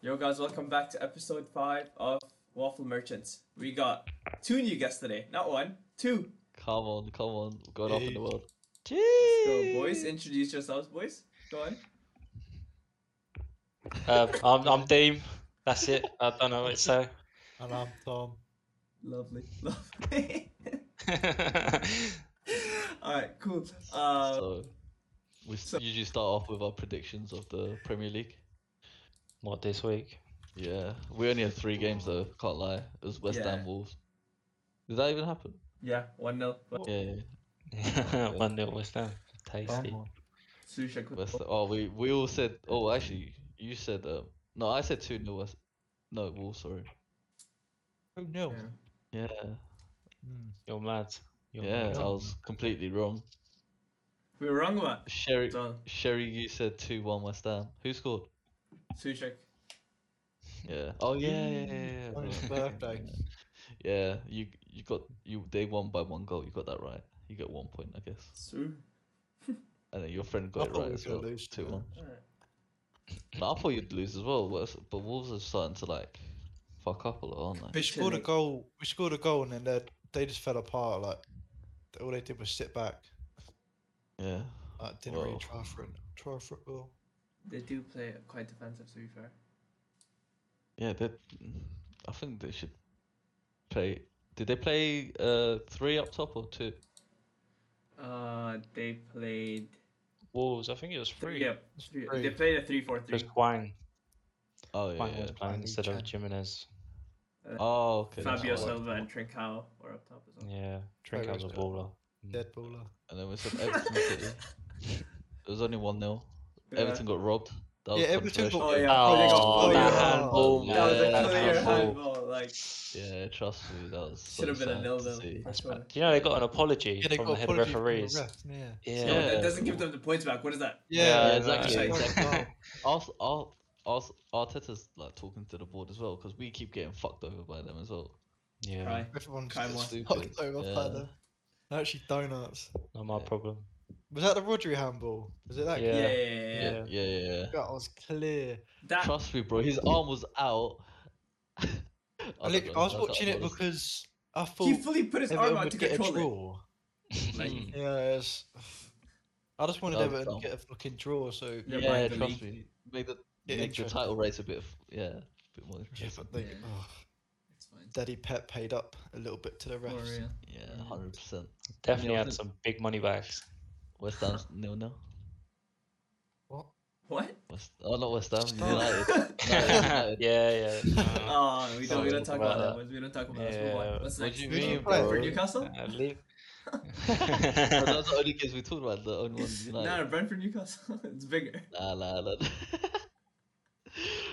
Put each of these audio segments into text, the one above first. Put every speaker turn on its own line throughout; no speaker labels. Yo, guys, welcome back to episode five of Waffle Merchants. We got two new guests today, not one, two.
Come on, come on, going off in
Hey.
the world.
Let's go, boys. Introduce yourselves, boys. Go on.
Um, I'm, I'm Dean. That's it. I don't know what to say.
And I'm Tom.
Lovely, lovely.
yeah,
All right, cool. Uh,
so, we s
so-
usually start off with our predictions of the Premier League.
not this week.
Yeah, we only had three games though. Can't lie, it was West
Yeah.
Ham Wolves. Did that even happen?
yeah, one 0
Yeah, yeah,
One 0 West Ham. Tasty.
Susha, cool.
West. Oh, we we all said. Oh, actually, you said. Um, no, I said two. No, West. No, Wolves. Sorry.
Oh no.
Yeah.
Yeah,
Hmm.
You're mad. You're
yeah,
mad.
I was completely wrong.
We were wrong about.
Sherry,
So,
Sherry, you said two one West Ham. Who scored?
Sushak.
Yeah. Oh yeah, yeah, yeah,
Mm,
yeah,
on his
yeah.
birthday.
Yeah, you you got you they won by one goal. You got that right. You got one point, I guess.
Su.
And then your friend
I
got it
Oh,
thought we
right
were
as
gonna
well.
lose, to
Two
be
one.
All right.
No, I thought you'd lose as well. But, it's- but Wolves are starting to like fuck up a lot, aren't they?
We scored a
Chile.
goal. We scored a goal, and then they they just fell apart. Like all they did was sit back.
Yeah.
Like didn't really
Well.
try for it. Try for it all.
They do play quite defensive, to be fair.
Yeah. They. I think they should play. Did they play uh three up top or two?
Uh, they played.
Wolves. I think it was three.
Three, yeah, three,
three.
they played a
It was
3-4-3.
Quang.
Oh yeah.
Quang
yeah.
was playing
Quang,
instead of
Chan.
Jimenez.
Oh okay. that's
Fabio
right.
Silva and Trincao were up top as well.
Yeah, Drink
Very
was a
good.
baller.
Dead baller.
And then we said Everton City. It was only one 0
Yeah.
Everton got robbed. That was
Yeah, Everton
controversial.
got-
Oh yeah.
Oh,
they got clear.
Oh,
that
yeah.
handball,
Yeah,
That was
that
a clear
handball.
handball. Like
Yeah, trust me, that was so
should have been a
sad
nil
to
nil.
see.
That's
Do you know they got an apology
Yeah, they
from
got
the head
apology from the
referees?
ref, Yeah.
Yeah.
No,
Yeah.
that doesn't give them the points back. What is that?
Yeah,
Yeah,
exactly,
Like,
exactly.
wow.
Also, Al- also, Arteta's like talking to the board as well because we keep getting fucked over by them as well.
Yeah,
Right.
Everyone
Kai
just
Moore.
gets fucked over by
Yeah.
them. Actually, donuts.
not my
Yeah.
problem.
Was that the Rodri handball? Was it that?
Yeah,
Yeah.
yeah, yeah. yeah. Ah.
Yeah, yeah, yeah. yeah.
That was clear.
That
Trust me, bro. His arm was out. I,
I,
don't
lit-
know,
I was
that- that
watching it
was-
because I
he
thought
fully put his arm
Everton
out
would
to
get a
control
draw.
it. Like,
Mm.
Yeah, it's... I just wanted
Dumb,
Everton
dumb.
to get a fucking draw, so
Yeah,
Yeah,
mind the
trust me. Made the,
Yeah,
made the
interesting.
title race a bit, of, yeah, a bit more
yeah,
interesting.
but they,
Yeah.
oh,
it's fine.
Daddy Pep paid up a little bit to the
For
refs.
real.
Yeah, hundred percent.
Definitely
I
had
think-
some big money bags.
West Ham's nil nil.
What?
What?
West, oh, not West Ham.
Stop.
United.
yeah,
United.
yeah. Uh, no.
Oh, we don't, we
Sorry
don't talk
about
about that.
that.
boys. We don't talk about that. Let's move
Yeah,
on. What's
what
next?
do you
Who do you
mean,
play
bro?
Brentford, Newcastle?
Uh, leave.
But those are the only games we talked about. The only ones.
No,
United.
nah, Brentford, Newcastle. it's bigger.
Nah, nah, nah.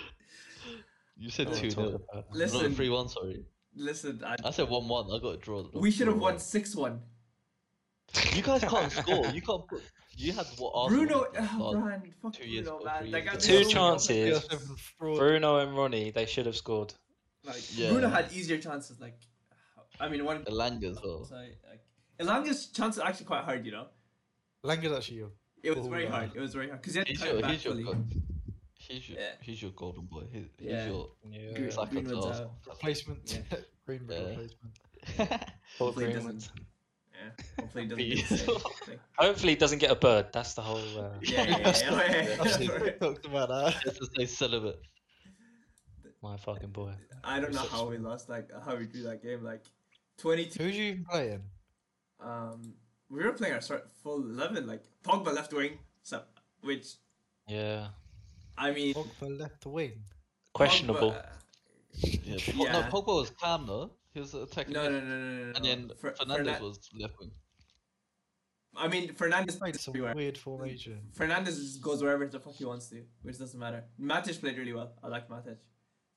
you said
Don't
two
talk
nil.
about it.
Listen.
three one. Sorry,
Listen, I,
I said one one. I got a draw. not
we should have won
4-1.
6 1.
You guys can't score. You can't. Put, you had what? Arsenal
Bruno,
did
oh,
last-
Brian, fuck
two years
Bruno,
ago,
man.
three
That
years
guy
ago.
was
Two
so
chances.
good.
Yeah,
Yes.
Everton fraud.
Bruno and Ronnie, they should have scored.
Like,
Yeah.
Bruno had easier chances. Like, I mean, one.
Elanga as well.
So, like, Elanga's chance is actually quite hard, you know.
Langer's actually you.
It was
Oh,
very
yeah.
hard. It was very hard because he had to
He's
cut it
your,
back
he's your,
fully.
go- he's your,
Yeah.
he's your golden boy. He- He's,
Yeah.
your.
Yeah.
Green-
It's like a
Greenwood's uh,
task.
out.
Replacement.
Yeah.
Greenwood
Yeah.
replacement.
Paul
Hopefully it
Greenwood.
doesn't. Yeah. Hopefully, it doesn't.
Beat
get the
you.
same thing.
Hopefully, he doesn't get a bird. That's the whole. Uh...
yeah, yeah, yeah,
I've seen
yeah.
talked about that.
Let's just say celibate.
My fucking boy.
I don't know how we lost. Like how we drew that game. Like twenty-two.
Who's you even playing?
Um, we were playing our start full eleven. Like Pogba left wing. So, which
Yeah.
I mean, uh,
Pogba left wing.
Questionable.
Pogba-
Yeah. Pog-
Yeah.
No, Pogba was calm though. He was attacking.
no,
mid,
no, no, no, no, no.
And then
Fer-
Fernandez
Fernan-
was left wing.
I mean, Fernandez
He's played some
everywhere.
weird formation.
Fernandez just goes wherever the fuck he wants to, which doesn't matter. Matic played really well. I like Matic.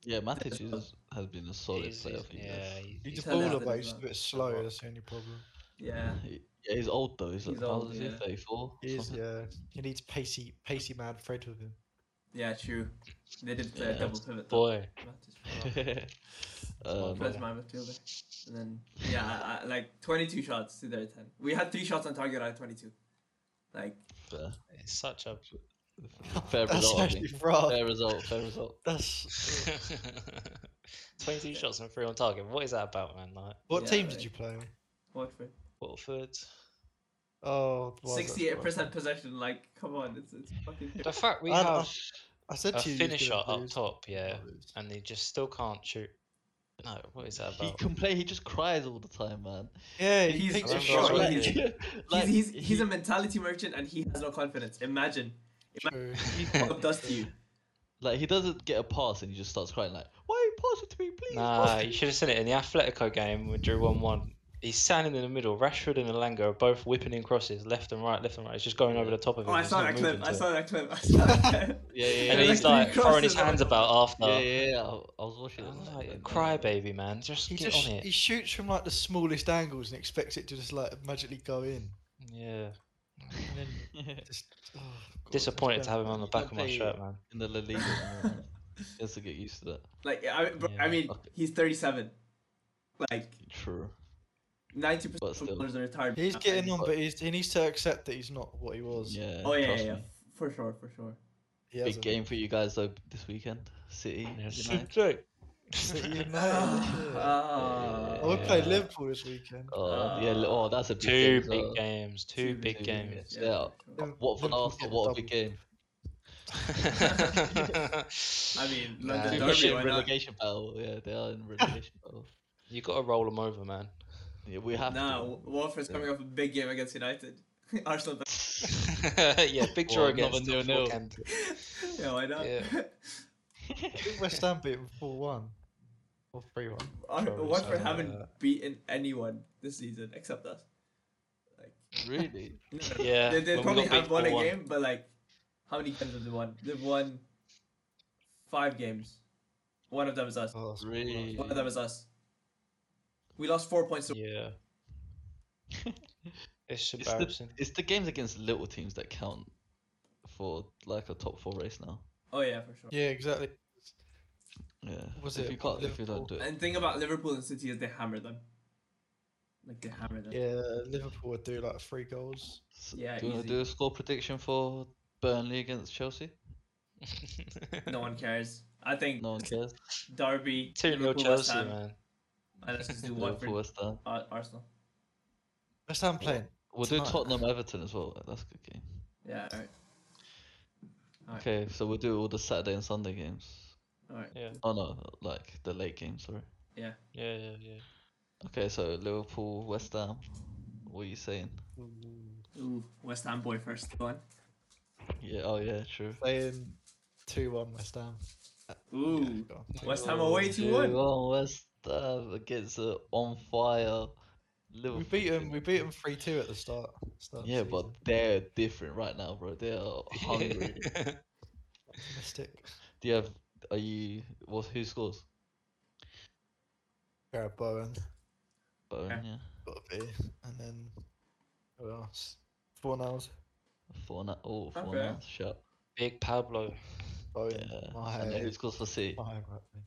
Yeah, Matic is, has been a solid
He's-
player
he's-
for you guys.
yeah. he-
He's a
He's had
baller,
nothing
but
as
he's a
well.
bit slow. That's the only problem.
Yeah.
He- Yeah, he's old though. He's,
He's
like, how
old,
old is he?
yeah.
34?
He is,
something?
yeah. He needs pacey, pacey man Fred with him.
Yeah, true. They did play a
Yeah.
double pivot. Though.
Boy.
Matic.
um,
Plus my midfielder. And then, yeah, I, I, like 22 shots to their 10. We had three shots on target out of 22. Like,
fair.
It's such a
uh, Fair
That's
result. I
actually
think.
fraud.
Fair result. Fair result.
That's
22 shots and three on target. What is that about, man? Like
what
Yeah,
team
like-
did you play?
Watford.
Watford.
Oh, it was, that's
Sixty-eight
right.
percent possession. Like, come on, it's it's fucking.
The fact we
I- I-
have
I said
a
to you, you
finisher
couldn't
up
lose.
top, yeah,
Couldn't lose.
and they just still can't shoot. No, what is that
He
about?
complains. He just cries all the time, man.
Yeah,
Oh,
he
He's
takes
a
a
Remember
shot.
shot,
Like,
yeah.
like,
he's he's, he's
he-
a mentality merchant and he has no confidence. Imagine
true.
what does to you.
Like he doesn't get a pass and he just starts crying like, "Why pass it to me, please?"
Nah,
pass it
you should have seen it in the Atletico game. We drew one-one. He's standing in the middle. Rashford and Alango are both whipping in crosses left and right, left and right. It's just going over the top of him.
Oh, I
He's
saw
not
that clip.
moving
I
to it.
saw that clip. I saw that clip.
to me." Yeah, yeah,
And
yeah.
then
he's
Like,
like
three
throwing his
crosses
hands
over.
about after.
yeah, yeah, yeah. I, I was watching. it,
I'm
I'm
like,
yeah, no,
crybaby, man. Just
He
get
just
on it.
he shoots from like the smallest angles and expects it to just like magically go in.
Yeah.
And then
yeah.
just oh, God,
Disappointed
that's
to have him
bad.
on the
You can't
back of my
play-
shirt, man.
In the La Liga, man. he has to get used to that.
Like, I, bro, I
Yeah,
mean,
okay.
he's thirty-seven. Like
True.
ninety percent
But
of
still.
footballers are retired.
He's
now,
getting
and-
on, but he's, he needs to accept that he's not what he was.
Yeah.
Oh yeah, yeah,
trust
yeah,
me.
for sure, for sure.
He
Big
hasn't.
game for you guys though this weekend. City. United.
But you know, yeah.
Ah,
Oh, we played
yeah.
Liverpool this weekend.
Oh yeah. li- Oh, that's a big
Two
game,
big
so-
games. Two
Two
big
big
games.
games. yeah.
for sure.
What for
Liverpool
Arsenal?
get
What a
double.
big game.
I mean,
Nah,
London
they're
Derby.
in
Why not?
relegation battle. Yeah, they are in relegation battle.
you got to roll them over, man.
Yeah, we have
Nah,
to.
Wa- Watford's coming off a big game against United. Arsenal.
yeah, big draw
Well,
against
another
them
nil-nil.
beforehand.
yeah, why not?
Yeah.
Didn't West Ham beat him 4 1 or 3 1.
Ar-
Probably
Watford
something like
haven't beaten anyone this season except us.
Really?
No,
Yeah,
they, they
when
probably
we got
have
beat
won a
4-1.
game, but like, how many games have they won? They've won five games. One of them is us.
Oh, that's
Really?
One of them is us. We lost four points. To-
Yeah.
It's
It's
the-
embarrassing.
It's the games against little teams that count for like a top four race now.
oh yeah, for sure.
Yeah, exactly.
Yeah.
Was
if
it
you can't, if you don't do
Liverpool?
it,
And thing about Liverpool and City is they hammer them. Like they hammer them.
Yeah, Liverpool would do like three goals.
S-
Yeah,
do you want
easy.
to do a score prediction for Burnley against Chelsea?
No one cares. I think
No one cares.
Derby,
2 0
Liverpool, West
Chelsea,
Ham,
man.
and let's just do
Liverpool,
Watford,
West Ham.
Ar- Arsenal.
West Ham playing.
We'll do
Tonight.
Tottenham, Everton as well. That's a good game.
Yeah, all right, Alright.
Okay, so we'll do all the Saturday and Sunday games.
all right.
Yeah,
Oh no, like the late games. Sorry.
yeah, yeah, yeah.
Okay, so Liverpool, West Ham. What are you saying?
Ooh, West Ham boy first. Go on.
Yeah. Oh yeah. True.
Playing 2 1 West Ham.
Ooh,
Yeah, go on.
West Ham away two one.
Oh, West Ham against an on fire Liverpool.
We beat him. We beat him three two at the start. start of the
Yeah, but
season.
they're different right now, bro. They are hungry.
optimistic.
Do you have? Are you? What? Who scores?
Gareth Bowen
Bowen.
Yeah.
Yeah.
got to be, and then who else? Four nails.
Four now. Oh, four
Okay.
now. Shut.
Big Pablo.
Bowen.
Yeah.
My,
And then who scores for City?
my right wing.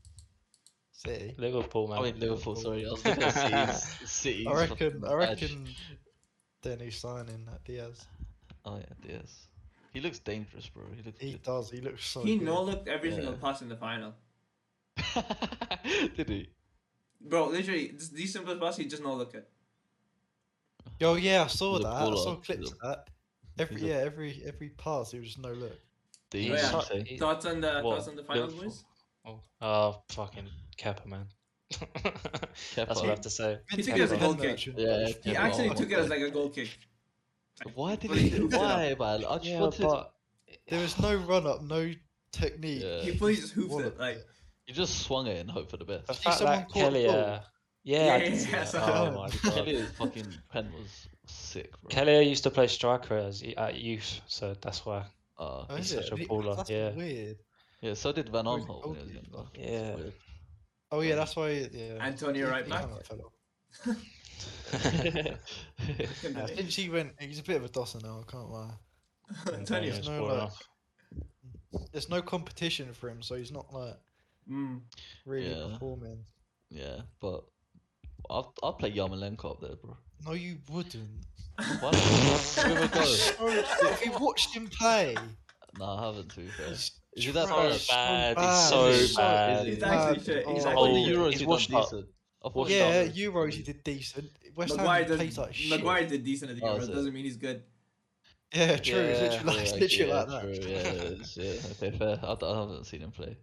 City.
Liverpool, man.
I mean Liverpool. Sorry, I was looking at City's- City's.
I reckon. I
fucking badge.
reckon. Their new signing that Diaz.
Oh yeah, Diaz. He looks dangerous, bro. He looks.
He
good.
does. He looks so.
He
good.
no looked every single
Yeah.
pass in the final,
Did he?
bro. Literally, this, these simple pass he just no look at.
Yo, yeah, I saw
He's a
that. I saw
baller.
clips
He's a-
of that. Every
he's a-
yeah, every every pass, he was just no look.
Did
Yeah.
you
Yeah.
say?
He-
Thoughts on the
What?
thoughts on the final,
Liverpool.
boys?
Oh, oh, fucking Kepa, man. That's what I
Kepa.
have to say.
He took it as a
Midfield
goal
defender,
kick.
actually.
Yeah,
He
Kepa,
actually
oh my
took it
God.
as like a goal kick.
Why did
But
he?
he
do-
hooked it
Why, man? I just
Yeah,
wanted.
but
There was no run up, no technique.
Yeah.
He fully just hoofed
Wallop
it. Like,
You just swung it and hoped for the best.
the
see
fact
someone
that
caught the
Kelly,
ball.
uh, yeah, I
Yeah,
did
yeah,
see
yeah,
that.
sorry.
oh my god.
Kelly's Uh, fucking pen was sick, bro.
Kelly used to play striker as at youth, so that's why.
Uh,
Oh,
He's
is it?
such a
Really?
baller,
That's
yeah.
weird.
yeah, so did Van
Really
Aanholt when he was
old
younger.
people.
Yeah.
It's
Oh yeah, that's why. Yeah.
Antonio
He-
right
he
back.
hung that fella.
weird.
Yeah, I think she went. He's a bit of a dosser now. I can't lie.
Antonio.
Antonio's- no, like- There's no competition for him, so he's not like
Mm.
really
Yeah.
performing.
yeah, but I'll, I'll play Yarmolenko up there, bro.
No, you wouldn't.
Why not? Give him a go.
if you watched him play,
No, I haven't, to be fair. Is he that
so
bad?
Trash.
bad.
bad.
He's so
Is he?
bad.
Is he?
He's actually
Uh,
shit. He's
oh.
Oh,
actually
the
shit.
Euros,
he's
he
washed
done
up.
decent. I thought
Washed
he
Yeah,
done
up.
decent.
Euros he did decent. West
Maguire
Ham
did,
plays like shit.
Maguire did decent at the
Oh,
Euros.
is it?
Doesn't mean heys good.
Yeah, true. it's
Yeah,
literally like, it's
Yeah,
literally
yeah,
like that.
True, yeah, it's, yeah. Okay, fair. I, d- I haven't seen him play.
You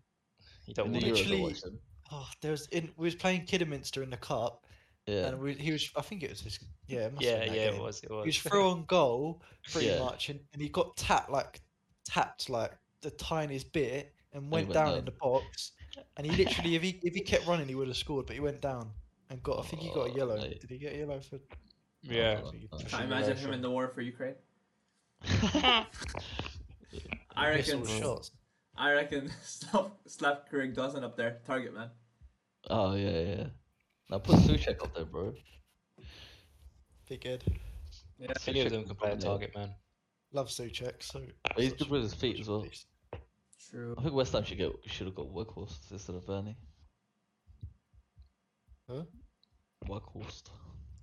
In
don't
the Euros,
Euros.
want it.
I
Literally-
watched him.
Oh, there was in we was playing Kidderminster in the cup,
Yeah.
and we, he was. I think it was this. Yeah, it must have
Yeah,
been that
yeah,
game.
it was, it
He was
was.
through on goal pretty
Yeah.
much, and, and he got tapped like tapped like the tiniest bit, and went,
went
down,
down.
in the box. And he literally, if he if he kept running, he would have scored, but he went down and got. I think he got a
Oh,
yellow.
mate.
Did he get a yellow for?
Yeah.
Oh, oh,
Can't imagine him in the war for Ukraine.
oh.
I reckon.
Missed all shots.
Mm.
I reckon. Slav Slav Krig doesn't up there. Target man.
Oh, yeah, yeah. Now put Suchek up there, bro.
Big Ed.
Yeah.
Any of them
Suchek
can play a
dominate.
target man.
Love Suchek. So
He's
such
good
a-
with his feet
such
as
a
well.
beast.
True.
I think West Ham should get should have got Weghorst instead of Bernie.
Huh?
Weghorst.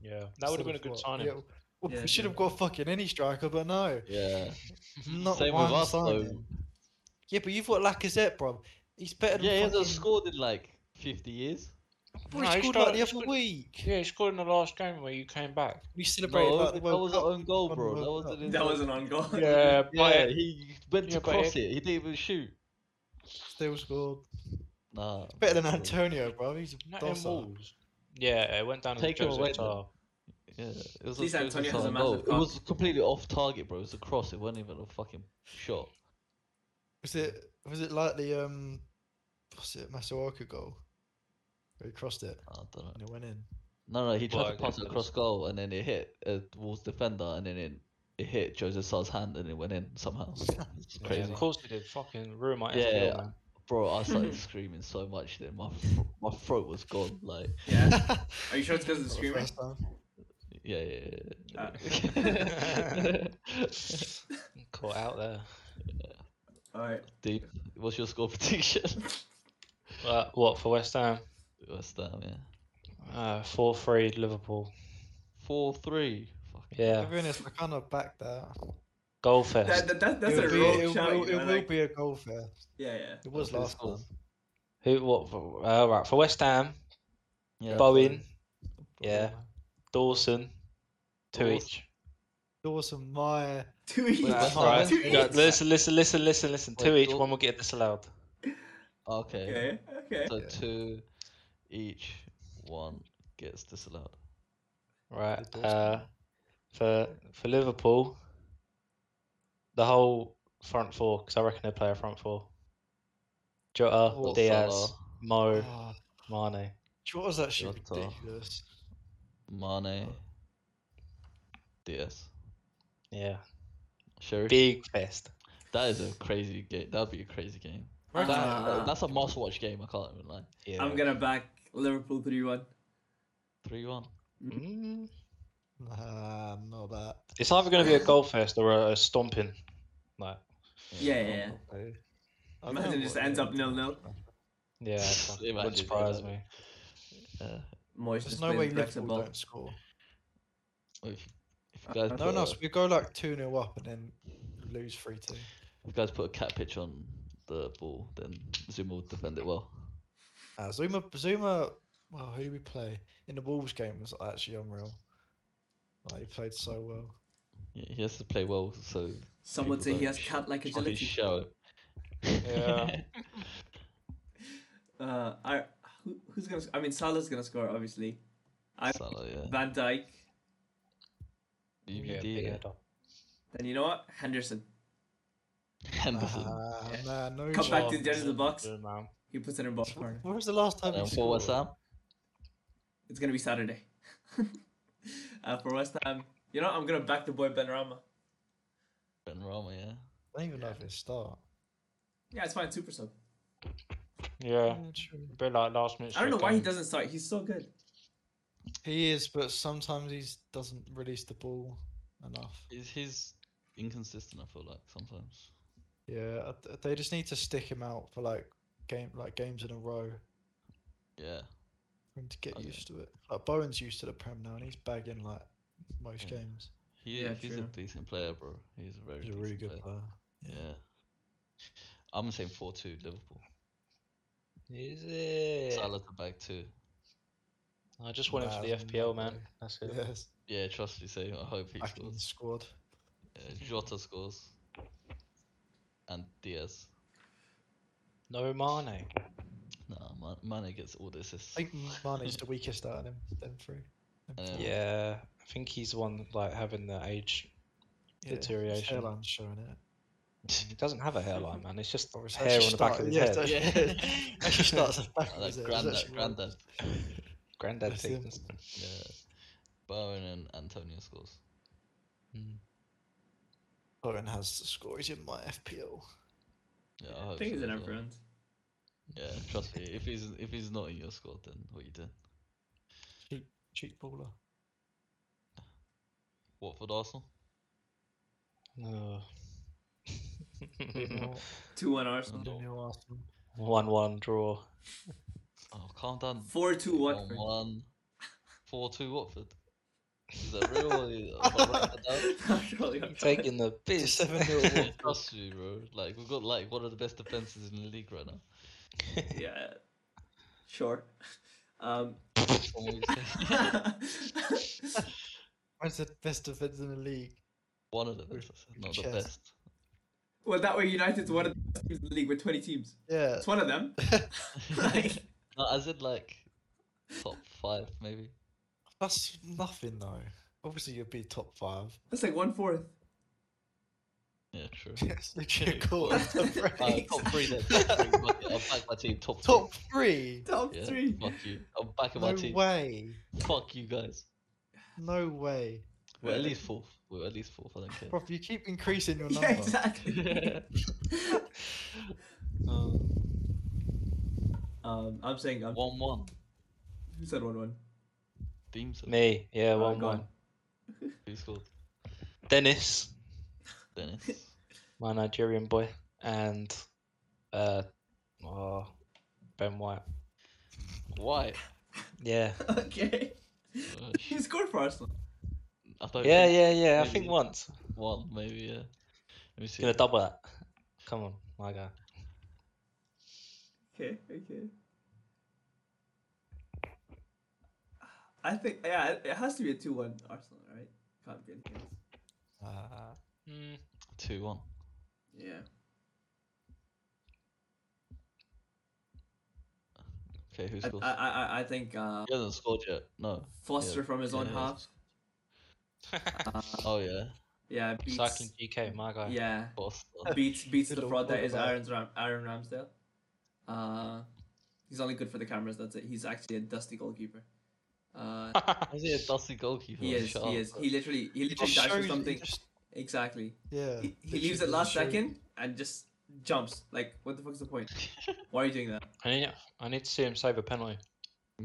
Yeah. That would have been a
Instead
good
of what?
signing.
Yeah, well,
Yeah,
we should
yeah.
have got fucking any striker, but no,
Yeah.
not
Mm-hmm. Same with
one
us, though.
signing. Yeah, but you've got Lacazette, bro. He's better than
Yeah, he hasn't
fucking-
scored in like 50 years.
Bro,
No,
he
he
scored
started-
like the
he
other
scored-
week.
Yeah, he scored in the last game where you came back.
We celebrated
No,
like the
that
World
was an
Cup.
own goal,
won
bro. That
the World
wasn't.
Cup.
his
That
own-
wasn't on goal.
Uh,
Yeah, but
Yeah, he went
Yeah,
to
but it-
cross it. He didn't even shoot.
Still scored.
Nah.
Better than
bro.
Antonio, bro. He's a
not in
docile.
Wolves. Yeah, it went down
Take
as a
him away
Joseph
then.
Tarr.
Yeah, it was.
At least
a, it was a
Antonio has a
sound
massive
goal. It
cock.
was completely off target, bro. It was a cross. It wasn't even a fucking shot.
Was it? Was it like the um, what's it, Masuoka goal? Where he crossed it
I don't know.
and it went in.
No, no, he tried
Well,
to
I guess
pass it
that
across goal, and then it hit uh, Wolves defender, and then it, it hit Joseph Sarr's hand, and it went in somehow. It's
Yeah,
crazy.
Of course they did. Fucking ruin my
Yeah,
FPL,
yeah.
man.
Bro, I started screaming so much that my fr- my throat was gone. Like,
Yeah.
Not
Are you sure it's because of the
the
screaming?
first time.
yeah, yeah.
Ah.
yeah. yeah.
Caught out there.
All right.
Deep. What's your score prediction?
Uh, what for West Ham?
West Ham, yeah.
Uh, Four three Liverpool.
Four three. Fuck.
Yeah,
To be honest, I kind of backed that.
goal
That,
fest.
that, that, that's
It'll
a
be-
rogue
it'll-
shout.
it'll-
you
It
know,
will
like-
be a goal fair.
Yeah, yeah.
It was
who
last
scores?
time.
Who? What? For, uh, right for West Ham.
Yeah.
Bowen, yeah, Dawson, two
Dawson.
each.
Dawson Meyer.
Two each.
Wait, that's
Two
Right.
Dawson.
each.
no, listen, listen, listen, listen, listen. Two
Wait,
each.
Daw-
One will get disallowed.
Okay.
Okay. Okay.
So
Yeah.
two each one gets disallowed.
Right.
Dawson.
Uh, for for Liverpool, the whole front four, because I reckon they play a front four. Jota,
Or
Diaz,
Salah,
Mo,
Ah,
Mane.
Jota's actually
Jota.
ridiculous.
Mane, Diaz,
Yeah,
Sherry.
big fest.
That is a crazy game. That'd be a crazy game.
Right.
That,
Ah.
that's a must-watch game. I can't even lie.
Yeah.
I'm gonna back Liverpool three one.
Three-one.
Mm,
Nah, not that.
It's either going to be a goal fest or a, a stomping. Like,
Yeah, yeah. yeah.
I
Imagine
don't
it just
know
ends
what
up
they-
nil nil.
yeah, it's not-
Imagine,
wouldn't
yeah,
surprise
that-
me.
Uh,
Moyes
There's
just
no way
plays back to
Liverpool
ball.
don't score.
if, if you
No
guys put
No one
a,
else. We go like 2 0 up and then lose 3 2.
if you guys put a cat pitch on the ball, then Zuma will defend it well.
Uh, Zuma, Zuma, well, who did we play? In the Wolves game was actually unreal. Like, he played so well.
Yeah, He has to play well, so
Some would
people
say he
don't
has
sh-
cat-like
fucking
agility.
show it.
Yeah.
Uh, I, who, who's gonna? sc- I mean, Salah's gonna score, obviously. I
Salah, yeah.
Van Dijk.
Yeah,
BVD,
big
yeah.
head up.
Then you know what? Henderson.
Henderson.
Ah,
Yeah.
nah, no
Come back to
chance.
the edge of the box.
Good man.
He puts it in box corner.
When was the last time
and
you
for West Ham,
It's gonna be Saturday. uh, for West Ham, you know, what? I'm gonna back the boy Ben Rama.
Ben Rama, yeah.
I don't even know if they start.
Yeah, it's fine. Super sub.
Yeah,
Yeah, true.
a bit like last minute.
I don't know why he
shutdown.
doesn't start. He's so good.
He is, but sometimes he doesn't release the ball enough.
He's, he's inconsistent, I feel like, sometimes.
Yeah, I th- they just need to stick him out for like game, like games in a row
Yeah.
for him to get
Okay.
used to it. Like Bowen's used to the prem now, and he's bagging like most
Yeah.
games.
He,
Yeah,
he's a
true.
decent player, bro. He's a very
He's a really
decent
good
player.
player.
Yeah. I'm saying 4 2 Liverpool.
Is it?
Salah to back two.
I just want him for
Nah,
the
no
FPL, man.
way.
That's it.
Yes,
Yeah, trust me, same. I hope he
back in the
scores.
squad.
Yeah, Jota scores. And Diaz.
No Mane.
Nah, Man- Mane gets all the assists.
I think Mane's the weakest out of them, them three. Them
I know.
four.
Yeah, I think he's the one like having the age.
Yeah, his
deterioration.
hairline's showing it.
He doesn't have a hairline, man. It's just
Or his
hair on the back of his head.
actually-
Yeah, actually starts at the back
Ah,
of
that
his head. It's
granddad,
actually wrong.
granddad.
Granddad
That's him.
things.
Yeah. Bowen and Antonio scores.
Mm.
Owen has the score. He's in my FPL.
Oh, Yeah,
I
hope
think
so
he's in
as well.
everyone.
Yeah, trust me. If he's if he's not in your squad, then what you doing?
Cheap, cheap baller.
Watford, Arsenal.
No. Mm-hmm.
Nil-
Two one Arsenal.
no.
nil Arsenal.
One-one draw.
Oh, calm down.
Four two Watford.
One one. Four two Watford. Is that real? Or you- am I writing that
Surely I'm
Taking the
It's
piss.
7-0
down?
Watford.
Trust me, bro. Like we've got like one of the best defenses in the league right now.
not- Yeah. Sure. Um,
From what you've seen.
Where's the best defence in the league?
one of the best, I said, not the
Chess.
best.
well, that way United's one of the best teams in the league with 20 teams.
Yeah.
It's one of them. like,
No, as in like top five maybe.
That's nothing though. Obviously, you'd be top five.
that's like one fourth.
Yeah, true.
Yes, literally a quarter of the
Uh,
break.
top three then. Top three. fuck it, I'm back my team. Top three.
Top three?
Top
Yeah,
three.
Fuck you. I'm back in my
No
team.
way.
Fuck you guys.
No way.
We're at
Yeah.
least fourth. We're at least fourth. I don't care.
Prof, you keep increasing your number.
Yeah, exactly. um, I'm saying I'm.
one one.
Who said one one?
Deems it.
Me. Yeah,
Oh,
one-one.
go on.
Who scored?
Dennis,
Dennis.
my Nigerian boy, and uh, oh, Ben White.
Why?
Yeah.
Okay.
Uh,
He scored for Arsenal.
I don't
Yeah,
think
yeah, yeah. I
maybe
think once.
One maybe. Yeah. Let me see.
Gonna double that. Come on, my guy.
Okay, okay. I think yeah, it- it has to be a two one Arsenal, right? Can't be anything else.
Uh,
Two one.
Yeah.
Okay, who
I,
scored?
I I I think uh,
He hasn't scored yet. No.
Foster from his own
yeah,
half. Uh,
Oh yeah.
yeah, beats,
Cycling GK, my guy.
yeah,
Boss.
beats beats the
Little
fraud that is
quarterback.
Aaron's Ram, Aaron Ramsdale. Uh, he's only good for the cameras. That's it. He's actually a dusty goalkeeper. Uh,
Is he a dusty goalkeeper?
he is.
Shut
He
up,
is.
bro.
He literally. He
it
literally
just
dives for
shows- it
something.
just-
Exactly. he,
yeah.
he
literally
leaves at
doesn't
last
show you.
second and just jumps. Like, what the fuck's the point? Why are you doing that?
I need, I need to see him save a penalty.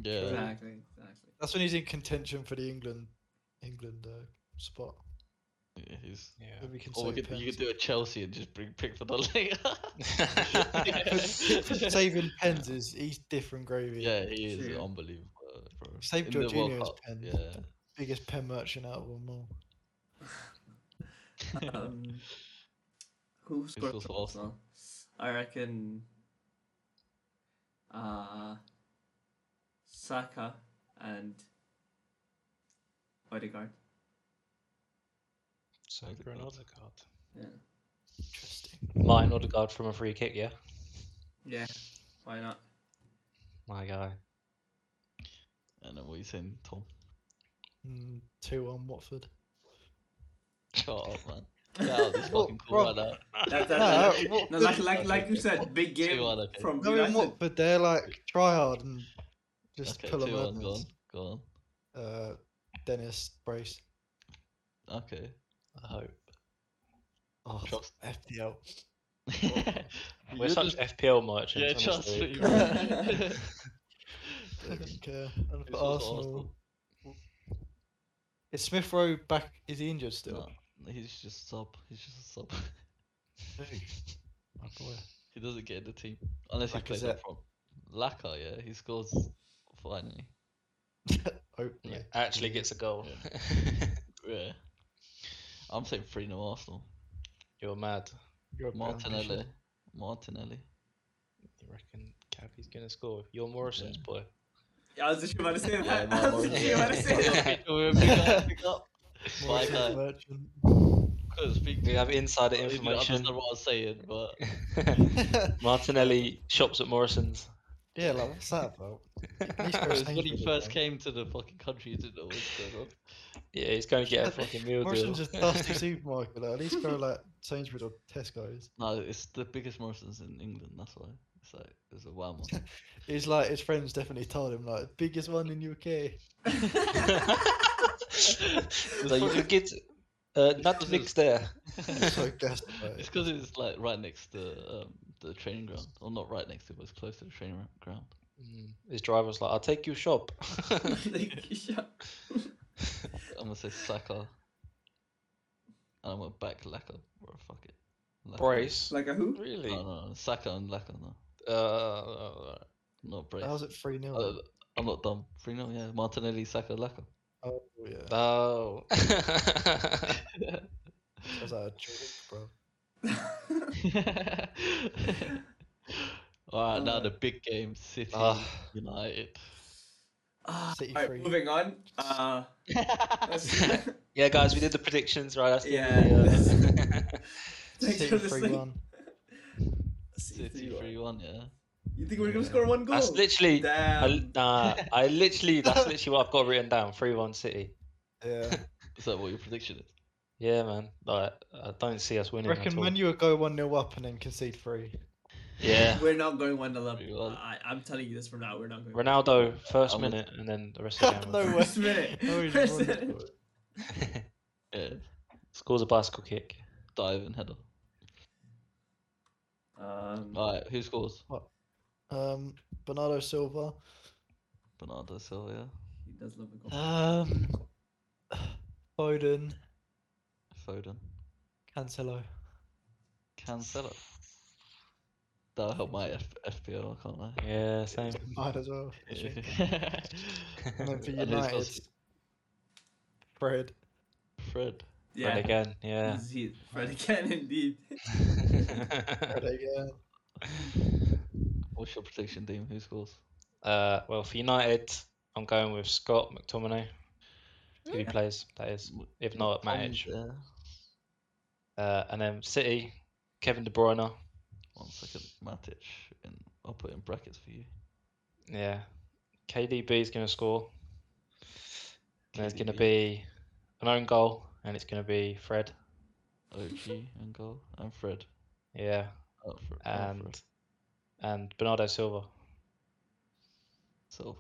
Yeah.
Exactly, exactly.
That's when he's in contention for the England England uh, spot.
yeah he's.
Yeah.
Maybe we can
Or we
save
could, you could do
pens.
a Chelsea and just bring Pickford on later.
Saving pens is he's different gravy.
Yeah, he is
True.
unbelievable, bro.
Save
In the World
Jorginho's
Cup,
pen.
Yeah.
Biggest pen merchant out of them all.
Um, who scored
scores
for
for
Arsenal? I reckon. Uh, Saka and Odegaard.
So
Odegaard.
for an Odegaard.
Yeah,
Interesting.
Martin Odegaard from a free kick, yeah?
yeah. Why not?
My guy.
And then what are you saying, Tom?
Mm, Two on Watford.
Shut up, man. Get out of this
Well,
fucking call right
Rob-
now.
That,
No,
that,
uh, what-
no, like like
Okay,
like you
okay.
said, big game
2-1, okay.
from
No, in
United.
Watford they're like try hard and just
Okay,
pull
two on, go
them
on, go on.
Uh Dennis Brace.
Okay.
I hope.
Oh,
Trust.
FPL.
We're
You're
such
just-
FPL merchants.
Yeah, trust
honestly.
me, bro.
I don't care. And
Who's
for
also
Arsenal, is Smith Rowe back? Is he injured still?
No, he's just sub. He's just a sub.
My boy.
he doesn't get in the team. Unless he plays
Lacazette.
up front. Laka, yeah, he scores finally.
Hopefully.
Yeah, Actually gets a goal.
Yeah. I'm saying 3 0 Arsenal.
You're mad.
You're a bit ambitious.
Martinelli. Martinelli.
You reckon Cappy's gonna score? You're Morrison's boy.
Yeah, I was just about to say
Yeah,
that.
no,
I was just
Morrison.
about to say that.
Pick up, pick up, pick up. Like, uh,
Morrison's merchant.
couldn't speak to
We have
you.
insider
I didn't
information.
understand what I was saying, but
Martinelli shops at Morrison's.
yeah, like what's that about? He's
it was when
Sainsbury's,
he first
though.
came to the fucking country, he didn't know what was going on.
Yeah, he's going to get a fucking meal deal.
Morrison's a dusty supermarket. Like, at least go like Sainsbury's or Tesco's.
No, it's the biggest Morrison's in England. That's why. It's like it's a wow one.
He's like his friends definitely told him like biggest one in UK.
so you could get uh, not mix there.
so gassed about
It's
it.
because it's like right next to um, the training ground, or not right next to, but it's close to the training ra- ground.
Mm, His driver's like, "I'll take you shop."
Like, yeah.
I'm gonna say Saka, and I'm gonna back Laka, bro. Fuck it. Laka.
Brace.
Like a who?
Really?
No, no, no. Saka and Laka, no,
Uh,
not brace.
How's it three 0
Uh, I'm not dumb. Three 0 yeah. Martinelli, Saka, Laka.
Oh yeah,
oh. uh,
that's like a joke, bro.
All right, now
Uh,
the big game, City
Ah.
United.
Ah,
City free.
Alright, moving on. Uh, let's-
yeah, guys, we did the predictions, right? That's the uh,
Yeah,
yeah.
Thanks for
City three
listening.
one.
City
City
three-one.
three one, yeah.
You think we're gonna
Yeah.
score one goal?
that's literally. I,
Damn.
li- nah, I literally. That's literally what I've got written down. Three-one City.
Yeah.
Is that what your prediction is?
Yeah, man. Like, I don't see us winning.
reckon
at all.
Man U will go one 0 up and then concede three.
Yeah.
We're not going one to love.
We will.
I, I'm telling you this from now. We're not going.
Ronaldo first
I would-
minute, and then the rest of the game.
No way.
First minute.
No, he's
First
won.
minute.
Yeah,
Scores a bicycle kick.
dive and header.
Um,
Uh,
All right, who scores?
Um, Bernardo Silva.
Bernardo Silva,
he does love a goal.
Um, Foden,
Foden,
Cancelo.
Cancelo. That'll help my F- FPL, can't I?
Yeah, same.
Might as well. actually. And then for
And who's got
United,
s-
Fred.
Fred.
Fred
Yeah.
again. Yeah.
He's, he's Fred again, indeed.
Fred again.
What's your prediction, Dean? Who scores?
uh, well, for United, I'm going with Scott McTominay. If he
Yeah.
plays, that is. If not, Matic.
Yeah.
Uh, and then City, Kevin De Bruyne.
One second, Matic, and I'll put in brackets for you.
Yeah. KDB is going to score. And there's going to
KDB.
be an own goal, and it's going to be Fred.
OG and goal and Fred.
Yeah.
Oh, Fred. oh, Fred.
And and Bernardo Silva.
Silva.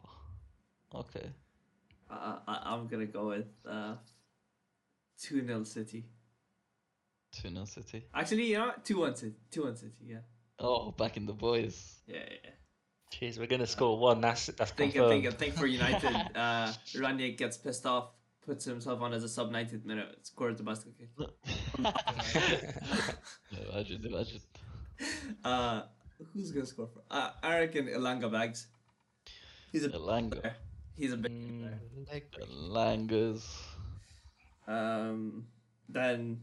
Okay.
Uh, I, I'm gonna go with uh, two 0 City.
Two 0 City.
Actually, you know, two one City. Two one City. Yeah.
Oh, back in the boys.
Yeah. yeah, yeah.
Jeez, we're going to score one. That's that's
Think, I
confirmed.
think, I think for United, uh, Ranić gets pissed off, puts himself on as a sub 90th minute, scores the bicycle kick.
no, imagine, imagine.
Uh, who's gonna score for? Uh, I reckon Elanga Bags. He's a
Elanga.
he's a big.
Mm.
Leg break.
Elangas.
Um, then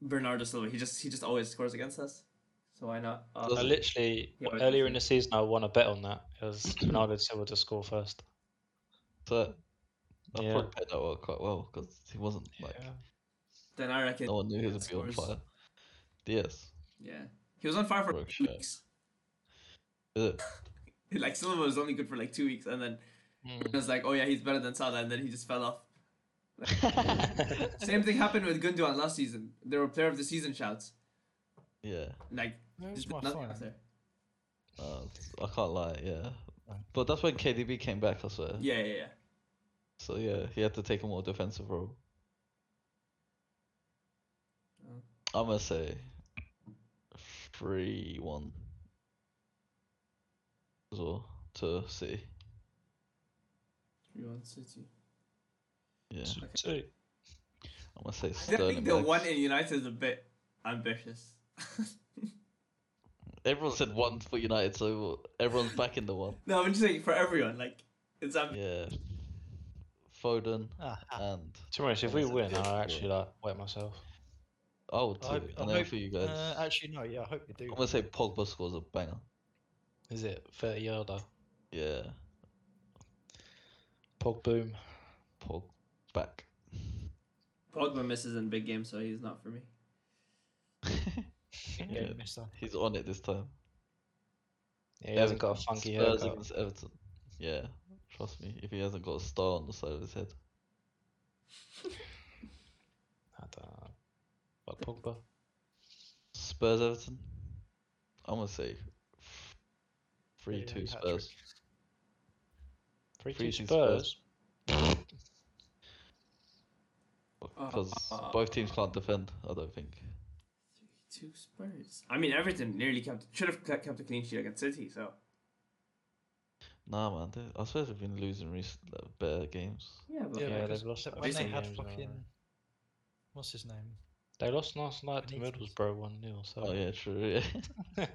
Bernardo Silva. He just he just always scores against us, so why not? Uh,
I literally
Yeah, I
earlier
think
in the season I won a bet on that. It was Bernardo Silva to score first.
So I
Yeah.
probably played that out quite well because he wasn't like
then I reckon.
no one knew he was Oh, gonna be on
Scores.
fire. Diaz.
Yeah, he was on fire for
Brooke
two
shot.
weeks.
Is it?
Like Silva was only good for like two weeks, and then it
Mm.
was like, oh yeah, he's better than Salah, and then he just fell off. Same thing happened with Gundogan last season. There were player of the season shouts.
yeah.
Like,
Where's
just
my
nothing
phone?
out there.
Uh, I can't lie. Yeah.
Right.
But that's when KDB came back. I swear.
Yeah, yeah, yeah.
So yeah, he had to take a more defensive role.
Oh.
I'm gonna say three one. As well to City.
Three one City.
Yeah,
Two.
I'm gonna say
I
Sterling.
think the
Max.
one in United is a bit ambitious.
Everyone said one for United, so everyone's back in the one.
no, I'm just saying for everyone, like it's amb-
Yeah, Foden
Ah, ah.
and
To be honest, if
Uh,
That
we
was a
win,
big
I'll
score.
actually like wet myself.
I would
I
too.
hope- I
and then
hope-
for you guys,
Uh, actually, no. Yeah, I hope they do.
I'm gonna say Pogba scores a banger.
Is it 30 yarder?
Yeah,
Pog boom.
Pog back.
Pogba misses in big games, so he's not for me.
Yeah.
Yeah, missed that.
He's on it this time.
Yeah, he hasn't got a
Everton,
funky
Spurs
haircut.
against Everton. Yeah, trust me. If he hasn't got a star on the side of his head,
I don't know. But Pogba.
Spurs Everton. I'm gonna say three
Yeah,
two
hat-trick.
Spurs.
3 2
3-2
Spurs.
Because both teams can't defend. I don't think.
Two Spurs. I mean, Everton nearly kept should have ke- kept a clean sheet against City. So
Nah, man. they- I suppose we've been losing recent uh, better games.
yeah, but
Yeah,
Yeah,
because
they've lost
that-
it
when they
recent
had
games now, right?
fucking. What's his name?
They lost last night to
Benitez.
Middlesbrough 1 0, so.
Oh yeah, true. Yeah,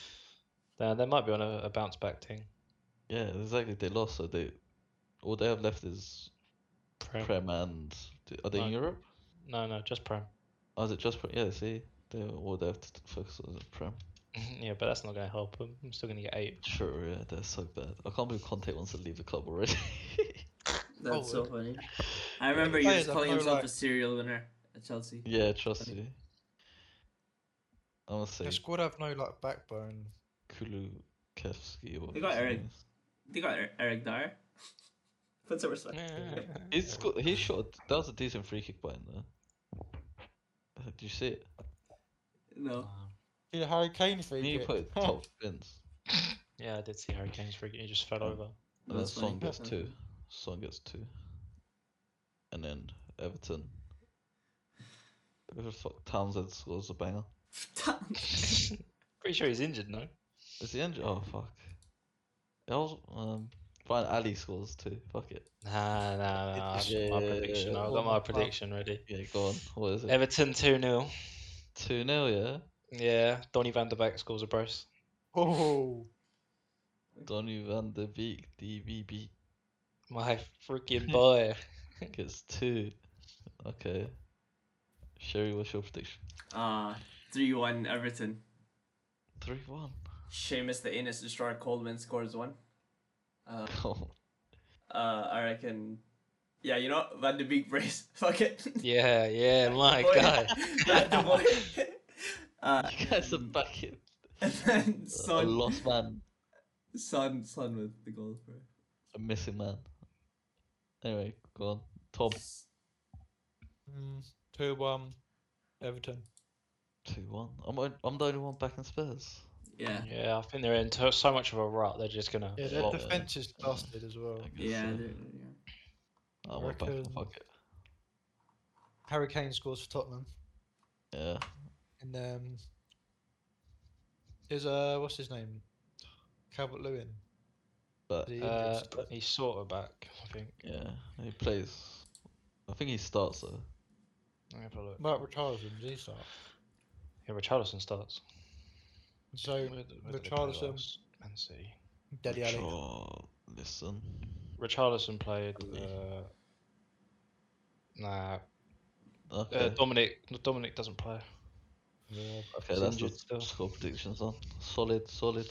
Now, they might be on a, a bounce back thing.
yeah exactly. They lost, so they all they have left is
Prem.
Prem and are they in
No.
Europe?
No, no, just Prem.
Oh, is it just Prem? Yeah, see, they all they have to focus on is Prem.
Mm-hmm. yeah, but that's not going to help them. I'm still going to get 8.
Sure, yeah, they're so bad. I can't believe Conte wants to leave the club already.
that's
Oh,
so
well.
funny. I remember he was
players are
calling
so,
himself
like-
a serial winner at Chelsea.
yeah, trust you. I'm gonna say
The squad have no like backbone.
Kulukevsky or
They got
his
Eric.
name is.
They got Er- Eric Dyer. Put some respect.
He's sco- he shot. That was a decent free kick by him there. Uh, Did you see it?
Um,
No,
Did a Harry Kane free
He put it top fence.
Yeah, I did see Hurricanes freaking. He just fell
Oh.
over.
And then
That's
Son
funny.
gets
That's
two. Son gets two. And then Everton. Who the fuck Townsend scores a banger?
Pretty sure he's injured, no?
Is he injured? Oh fuck. That was um. Brian Ali scores too. Fuck it.
Nah, nah, nah. I've got my prediction.
Yeah.
I've got my prediction ready.
Yeah, go on. What is it?
Everton 2 0.
Two 0 yeah.
Yeah, Donny van der Beek scores a brace.
Oh,
Donny van de Beek, DVB,
My freaking boy.
gets two. Okay. Sherry, what's your prediction?
ah, three one Everton.
Three one.
Seamus the Innes destroyer Coleman scores one. Uh, uh, I reckon. Yeah, you know what? Van de Beek brace. Fuck it.
yeah, yeah, my
Boy.
guy.
Van de Boy. Uh,
you guys are back in.
and then
A
Son,
lost man,
Son, Son with the goal for.
a missing man. Anyway, go on. Tom,
mm, two one, Everton.
two one. I'm on- I'm the only one back in Spurs.
Yeah,
Yeah, I think they're in to- so much of a rut. They're just gonna.
Yeah, their
Oh, yeah.
defense is dusted as well.
I guess,
yeah,
uh,
they're- yeah.
I'm not back.
Reckon-
Fuck it.
Harry Kane scores for Tottenham,
Yeah.
and then is uh what's his name? Calvert Lewin.
But
The-
Uh, he's sort of back, I think.
yeah, he plays. I think he starts though.
Let me have a look.
Mark Richarlison, did he start?
Yeah, Richarlison starts.
So
Where did- where did they play
Richarlison.
last? Man City.
Deli Ali.
Sure. Listen.
Richarlison played.
Didn't he?
Uh, nah,
Okay.
uh, Dominic. Dominic doesn't play.
Yeah.
okay,
he's
that's
injured
the
still.
score predictions on. Solid, solid.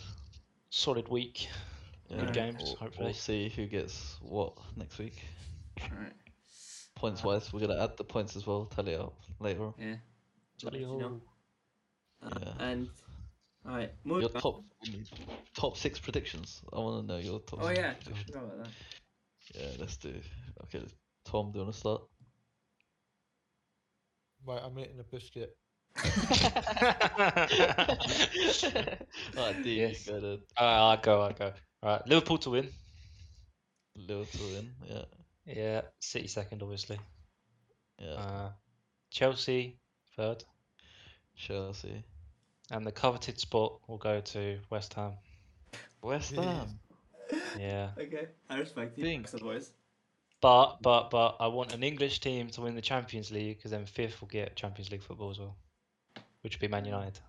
Solid week.
Yeah.
Good
games,
we'll,
hopefully.
We'll see who gets what next week.
All right.
Points wise, we're gonna add the points as well. Tally up later on.
Uh, Yeah.
Bloody
You know. Uh,
Yeah.
And all right,
Your
moving on.
top top six predictions. I want to know your top.
Oh
six
yeah, I
predictions.
forgot about that.
Yeah, let's do. Okay, Tom, do you want to start?
Wait, I'm eating a biscuit.
Alright, D,
Yes.
you go to
Uh, I'll go, I'll go. Alright, Liverpool to win.
Liverpool in. Yeah,
Yeah, City second, obviously.
yeah.
Uh, Chelsea third.
Chelsea,
And the coveted spot will go to West Ham.
West
Yeah.
Ham.
Yeah.
Okay, I respect you,
Think.
so boys.
But, but, but I want an English team to win the Champions League because then fifth will get Champions League football as well, which would be
Hmm.
Man United.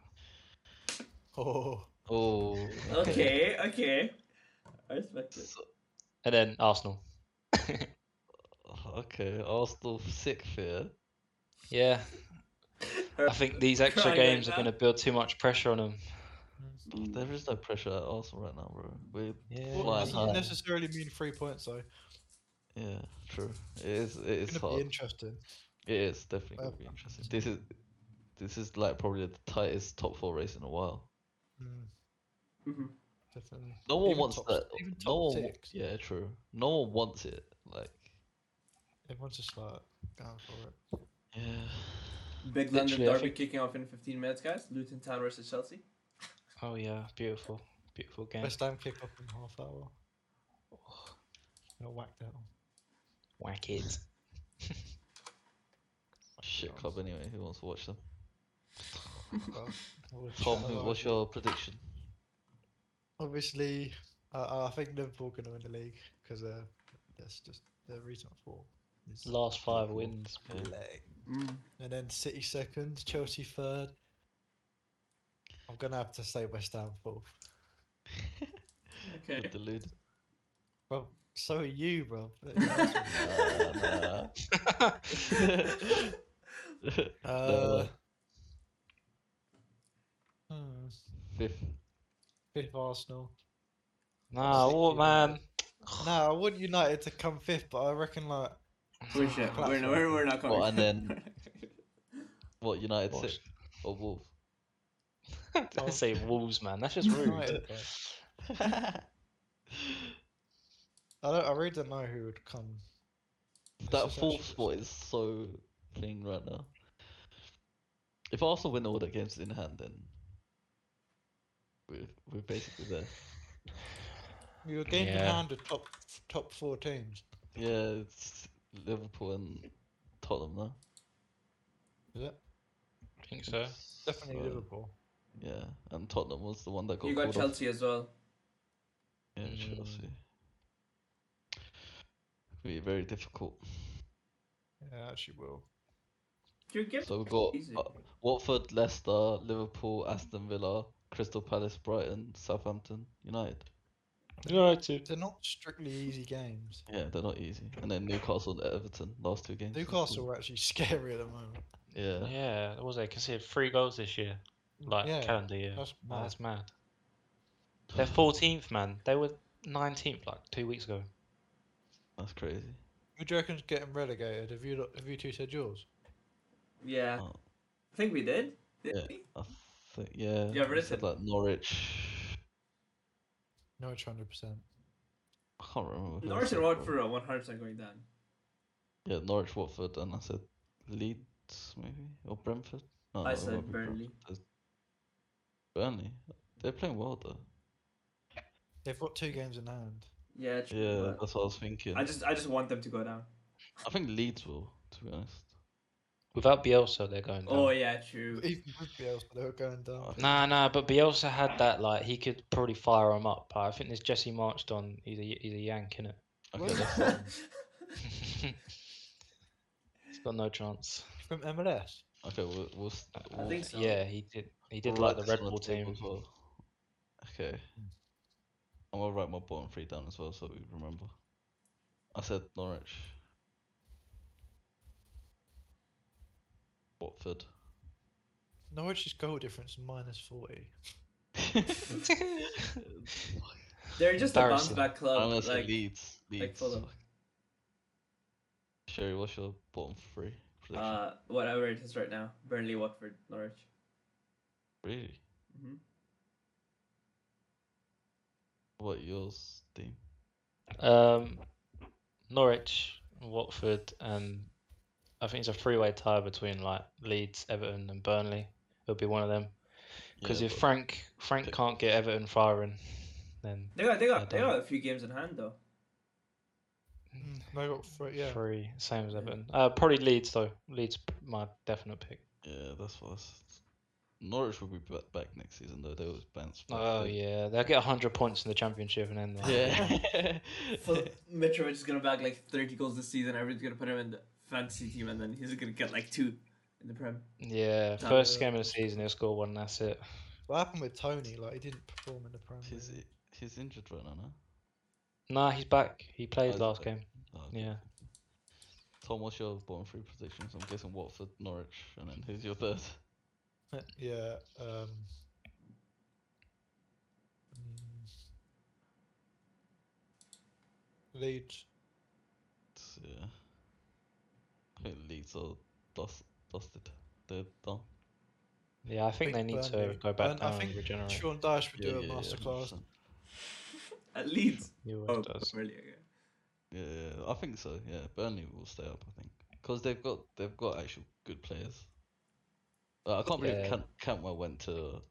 Oh,
Oh.
Okay, okay. I respect it.
So-
And then Arsenal.
okay, Arsenal sixth here.
Yeah. I think these extra
Crying right
games are
now.
going to build too much pressure on them.
There is no pressure at Arsenal right now, bro. We're
Yeah.
Well,
flying
it doesn't
high.
necessarily mean three points though.
Yeah, true. It is. It is
It's gonna be
hard.
interesting.
It is definitely
Well,
gonna be interesting. This is, this is like probably the tightest top four race in a while.
Mm,
Mhm.
definitely.
No one
Even
wants
top-
that.
even
no
top
one. wa-
six.
Yeah, true. No one wants it. Like,
Everyone's just like going for it.
yeah.
Big London
Literally, I
derby
think-
kicking off in 15 minutes, guys. Luton Town versus Chelsea.
Oh yeah, beautiful, beautiful game.
West Ham kick off in half hour. They'll whack that one.
Whack it.
Shit
Sounds-
club anyway. Who wants to watch them?
What a
Tom,
chat.
what's your prediction?
Obviously, uh, I think Liverpool going to win the league because uh, that's just their recent form. is
Last five wins.
Yeah.
leg. And then City second, Chelsea third. I'm gonna have to say West Ham fourth.
You're
Okay.
deluded.
Bro, so are you, bro.
Uh, nah.
uh, hmm,
Fifth.
fifth Arsenal.
nah, what man?
No, I want United to come fifth, but I reckon like
We're, shit. We're, no- we're, we're not coming.
Well, and then what? United
What?
sixth or Wolves?
I say Wolves, man. That's just rude.
United, bro. I don't. I really don't know who would come. This
that
is
fourth
actually-
spot is so clean right now. If Arsenal win all their games in hand, then we're, we're basically there.
We were game
Yeah.
behind the top top four teams.
Yeah, it's Liverpool and Tottenham now.
Is it?
I think so.
Definitely
So,
Liverpool.
Yeah, and Tottenham was the one that got
you got
called off.
Chelsea as well.
Yeah,
Mm.
Chelsea. Be very difficult.
Yeah, actually will.
You're giving
So we've got
easy.
uh, Watford, Leicester, Liverpool, Aston Villa, Crystal Palace, Brighton, Southampton, United.
United.
They're not strictly easy games.
Yeah, they're not easy. And then Newcastle and Everton, last two games. that's all.
Newcastle were actually scary at the moment.
Yeah.
Yeah, what was they conceded three goals this year, like
yeah,
calendar year.
that's
Nah,
mad.
Oh, that's mad. They're fourteenth, man. They were nineteenth like two weeks ago.
That's crazy.
Who do you reckon's getting relegated? Have you lot- have you two said yours?
Yeah.
Oh.
I think we did. Didn't
Yeah.
we?
I think, yeah.
Yeah,
we said
Britain.
like Norwich.
No, it's hundred percent.
I can't remember. who I
Norwich
said
and
before.
Watford are 100% going down.
Yeah, Norwich, Watford, and I said Leeds maybe or Brentford. No,
I
it
said
won't be
Burnley.
Brentford. Burnley. They're playing well though.
They've got two games in hand.
Yeah. True,
Yeah,
but
that's what I was thinking.
I just I just want them to go down.
I think Leeds will, to be honest.
Without Bielsa, they're going. Down.
Oh yeah, true.
Even with Bielsa, they were going down.
Nah, nah, but Bielsa had that. Like he could probably fire him up. But I think this Jesse marched on. He's a he's a yank in it.
Oh, Okay,
Well-
that's fine.
he's got no chance.
From MLS.
okay, we'll, we'll, s-
I
we'll-
think so.
Yeah, he did. He did
we'll write
like the
this
Red
on
Bull
table
team.
as well. Okay, I'm gonna write my bottom three down as well, so we remember. I said Norwich, Watford.
Norwich's goal difference is minus forty.
They're just a bounce
Embarrassing.
back club.
Unless
like,
it Leeds, Leeds.
Fulham.
fuck. Sherry, what's your bottom three prediction?
uh, whatever it is right now, Burnley, Watford, Norwich.
really?
hmm
What yours, Dean?
Um, Norwich, Watford, and I think it's a three-way tie between like Leeds, Everton, and Burnley. It'll be one of them because
Yeah,
if
but-
Frank Frank can't get Everton firing, then
They got they got
I
they got a few games in hand though.
Mm, they got three. Yeah.
three same as
Yeah.
Everton. Uh, probably Leeds though. Leeds p- my definite pick.
Yeah, that's what I s- Norwich will be ba- back next season though. They was bounced back.
Oh
they-
yeah, they'll get hundred points in the championship and then like,
Yeah.
So Mitrovic is gonna bag like 30 goals this season. Everyone's gonna put him in the fantasy team, and then he's gonna get like two in the prem.
yeah.
Nah,
First
uh,
game of the season, he'll score one. That's it.
What happened with Tony? Like he didn't perform in the Premier
he's,
League.
i- he's injured right now. no?
Nah, he's back. He played
he's
last
back.
game.
Oh, okay.
Yeah.
Tom, what's your bottom three predictions? I'm guessing Watford, Norwich, and then who's your third?
yeah. Um, mm, Leeds.
It's, yeah. I think Leeds are dust, dusted. They're done.
Yeah, I think they
Big
need to
Burnley.
go back
And I
down and
think
regenerate.
Sean Dyche would
Yeah,
do
yeah,
a
yeah,
masterclass.
100%.
At Leeds.
He always
Oh,
does.
really? Okay.
Yeah, yeah, I think so. Yeah, Burnley will stay up. I think because they've got they've got actual good players. Uh, I can't believe
Yeah.
Cant- Cantwell went to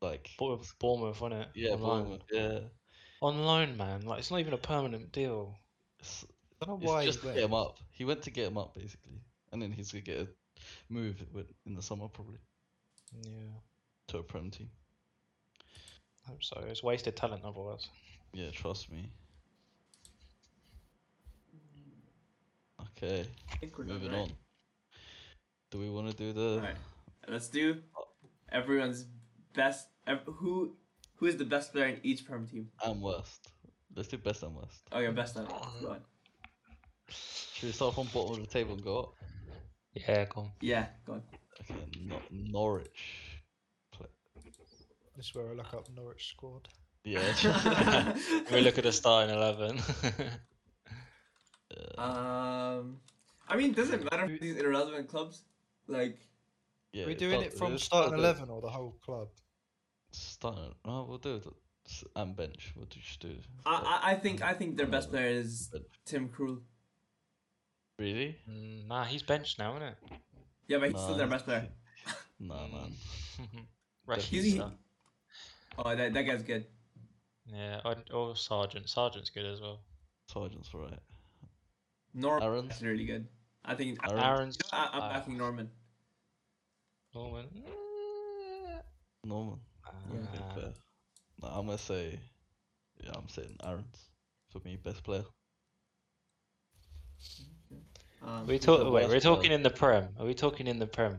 like
Bournemouth, Bournemouth, wasn't it?
yeah,
on loan.
Bournemouth, yeah.
On loan, man. Like it's not even a permanent deal.
It's,
I don't know
it's
why
just
he's
to get him
there.
up. He went to get him up basically, and then he's gonna get a move with- in the summer probably
Yeah,
to a prem team.
I hope so. It's wasted talent otherwise.
Yeah, trust me. Okay,
I think we're done,
moving
right?
on. Do we want to do the?
Alright. Let's do everyone's best. Ev- who who is the best player in each perm team?
and worst. Let's do best and worst.
Okay, best out. of- go on.
Should we start from bottom of the table and go up?
Yeah, go on.
Yeah, go on.
Okay, Nor- Norwich.
This is where I look up Norwich squad.
Yeah.
We look at the starting eleven.
uh,
um, I mean, does it matter for these irrelevant clubs? Like,
yeah,
Are we doing it from starting eleven or the whole club?
Starting. Oh, we'll do it s- and bench. We'll just do.
I, I, I think I think their best player is Tim Krul.
Really?
Mm, nah, he's benched now, isn't it?
Yeah, but he's still their
Nah,
best player.
Nah, man.
He's-
Rashford.
Oh, that, that guy's good.
Yeah, or, or Sargent. Sargent's good as well.
Sergeant's right.
Norman
Aaron.
is really good. I think. I,
Aaron.
Aaron's.
I, I'm
uh,
backing Norman.
Norman.
Norman.
Uh,
Yeah.
Okay,
Ah,
fair. Nah, I'm gonna say. Yeah, I'm saying Aaron's for me best player.
Um,
we
He's the
talk, wait, we're
worst
talking
player.
in the Prem. Are we talking in the Prem?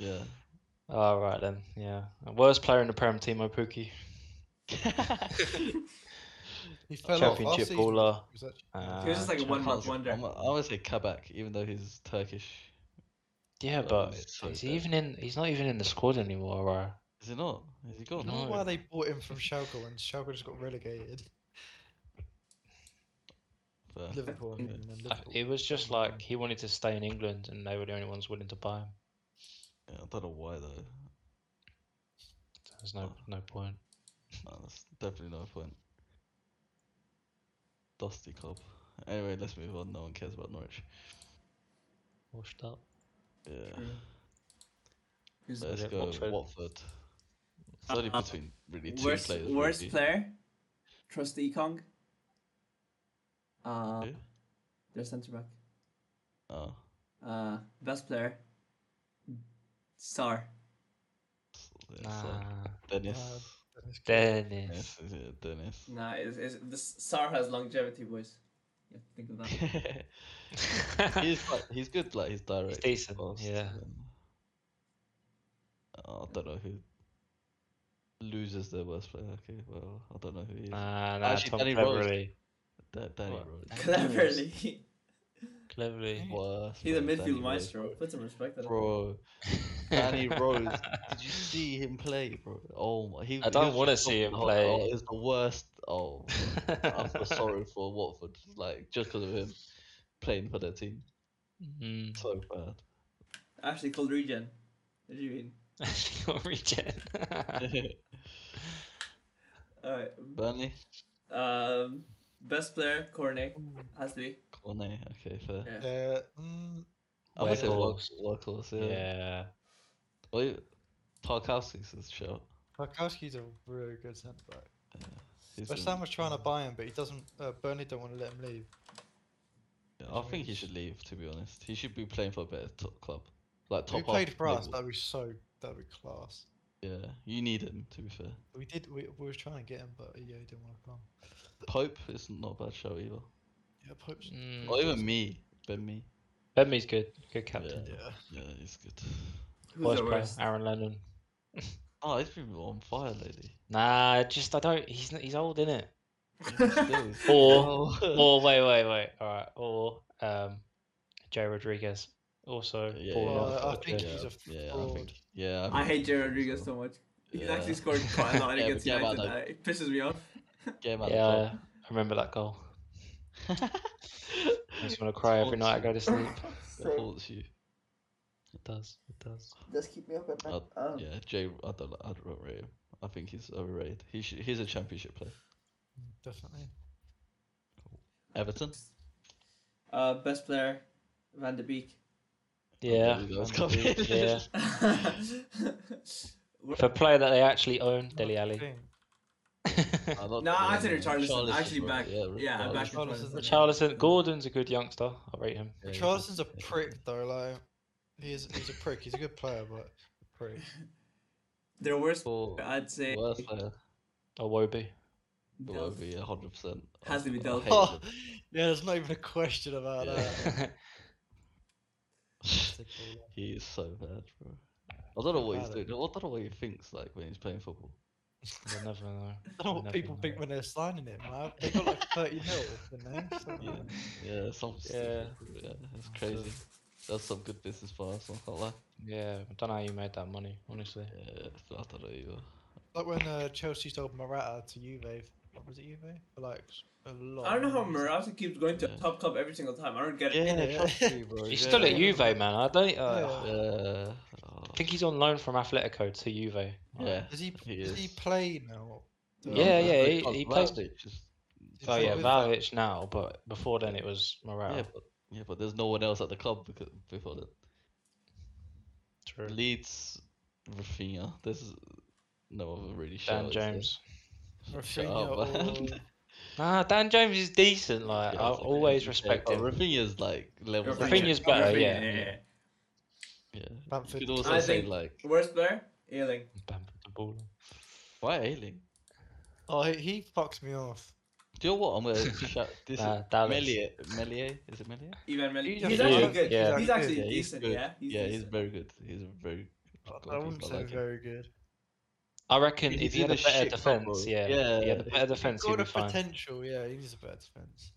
Yeah.
Oh, right then. Yeah. Worst player in the Prem, Timo Pukki.
He fell off last
Championship
season.
baller.
He was actually-
Uh,
He was just like a one month
I'm,
wonder.
I'm gonna say Kabak, even though he's Turkish.
Yeah,
That
but
was so
is he
bad.
even in? He's not even in the squad anymore, right?
Is he not? Is he
I
gone?
No.
don't know why they bought him from Schalke when Schalke just got relegated.
Fair.
Liverpool. I mean,
Yeah.
and then
I-
Liverpool.
It was just
Yeah.
like he wanted to stay in England, and they were the only ones willing to buy him.
Yeah, I don't know why though.
So there's no
Oh.
no point.
No, that's definitely no point. Dusty club. Anyway, let's move on. No one cares about Norwich.
Washed up.
Yeah.
True. Who's
Let's
it?
go Watford.
Watford.
It's only
Uh,
between really two
worst
players.
worst
really.
player, Trusty Ekong. Uh,
Who?
their centre back.
Oh,
Uh, best player, Sar.
s- yeah,
Nah. Uh,
so uh, Dennis.
Dennis Kane.
Dennis.
Dennis. is it Dennis.
Nah, it's, it's, this Sar has longevity, boys. You have to think of that.
he's quite, he's good. Like he's direct.
decent,
passes
yeah.
and- Oh, I don't know who loses their worst player. Okay, well, I don't know who he is.
nah, nah,
Actually,
Tom
Danny Rose.
cleverly.
Da- Danny
Uh, What?
Rhodes.
Cleverly,
Cleverly.
Worst
he's a
player, Danny
midfield
Rhodes.
maestro. Put some respect on him.
Bro, Danny Rose. Did you see him play, bro? Oh my! He,
I
he
don't
was
wanna
just
see him
awful.
play.
Oh, it was the worst. Oh, I feel sorry for Watford, like just because of him playing for their team.
Mm.
So bad.
Ashley called regen. What do you mean?
Actually got rejected.
Alright.
Burnley,
Um, best player, Cornet. Has to be.
Cornet. Okay, fair.
Yeah.
Uh, mm,
I would say
Workhorse.
Work- Workhorse. Yeah.
yeah.
Well, you- Tarkowski's is shot.
Tarkowski's a really good centre back.
He's
West
been-
Ham was trying to buy him, but he doesn't. Uh, Burnley don't want to let him leave.
yeah, I think he should leave. To be honest, he should be playing for a better top club, like
If he
top.
played
half
for us,
table.
that'd be so. That'd be class.
Yeah, you need him. To be fair,
We did. We, we were trying to get him, but yeah, he didn't want to come.
Pope is not a bad show either.
Yeah, Pope's.
Mm.
Or even me, Ben me.
Bemi's good. Good captain.
Yeah,
Yeah.
yeah, he's good.
Who's
Worst
the
player,
worst?
Aaron Lennon.
Oh, he's been on fire lately.
Nah, I just I don't. He's n- he's old, innit?
Still, he's-
Or
Oh.
or wait wait wait. All right. Or um, Joe Rodriguez also
Yeah,
pulled
yeah,
off.
Uh, I
with
think
the-
he's a
yeah, I
fraud.
think. Yeah.
I hate Jared
Jared
Rodriguez so much. He's
Yeah.
actually scored quite a lot
Yeah,
against
but yeah,
United.
but I-
uh, It pisses me off.
Get him out
yeah,
of
I remember that goal.
the club.
I just want to cry every night I go to sleep.
It haunts you.
It does. It does.
Just keep me up at Um,
night. Yeah, Jay. I don't. I don't rate him. I think he's overrated. He should, he's a championship player.
Definitely.
Everton.
Uh, best player, Van de Beek.
Yeah.
believe those
Van de Beek,
copies.
yeah. For
no,
a player that they actually own, Deli
That's the
Ali.
thing.
I'm not
No, I said
saying that.
Richarlison.
Charleston's
Actually
right,
back- yeah,
Richarlison.
back
Richarlison.
Charlison Gordon's a good youngster. I rate him.
Yeah, he's a-
Charleston's a
yeah.
prick though. Like he is, he's a prick. He's a good player, but a prick.
their worst,
For
I'd say,
worst player,
Or Wobie.
it would be hundred percent.
Has to be Delph.
Oh, yeah, there's not even a question about
Yeah.
that.
He is so bad, bro. I don't know what he's
Bad at
doing. I don't know what he thinks like when he's playing football.
You'll never know.
I don't know what
Never
people
know.
think when they're signing him. Man. They got like 30 mil, didn't they? Something
Yeah,
like that.
yeah, some
Yeah.
yeah, it's
That's
crazy. That's some good business for us. I can't lie.
Yeah, I don't know how you made that money, honestly.
Yeah, I don't know either.
Like when uh, Chelsea sold Morata to Juve. What was it, Juve? For like a lot.
I don't know
of
how
money.
Morata keeps going to
Yeah.
top club every single time. I don't get it.
Yeah,
yeah.
trust me, bro.
He's
yeah.
still at Juve, man. I don't. Uh,
Yeah.
Yeah. Oh,
I think he's on loan from Atletico to Juve. Like,
yeah.
Does he,
He
does he
is.
play now? Um,
No,
Yeah,
but
yeah,
they
he-
can't
he
allow
plays-
it, just-
Is
Oh
he
yeah,
with-
Vlahovic now, but before then it was Morata.
Yeah, but yeah, but there's no one else at the club because, before that.
True.
Leeds, Rafinha. There's no other really.
Dan
shoutouts there.
James.
Shut
Rafinha
up, man.
or...
Nah, Dan James is decent. Like
Yeah,
I
it's okay,
always
yeah,
respect
but
him.
Rafinha's Oh, like level.
Rafinha's better, yeah,
yeah.
Yeah. You
Bamford.
could also
I
say
think-
like,
Worst player, Ealing.
Bamford the ball.
why Ailing?
Oh, he, he fucks me off.
Do you know what? I'm gonna shout this.
Nah,
is
Uh, Dallas.
Melia, Melia, is it Melia?
Ivan Meli.
He's
He's
actually
actually
good,
good.
yeah.
He's actually
Yeah, he's
decent.
good.
Yeah, he's
yeah, he's
decent.
very good. He's a very.
I-
good
I wouldn't
goalkeeper, I
say
like him.
very good.
I reckon
He's
if he had a
in a
better
shit club,
defense,
bro.
yeah,
Yeah,
he had a
if
better defense, he'd
Got
be
a
fine.
potential, yeah. He needs a better defense.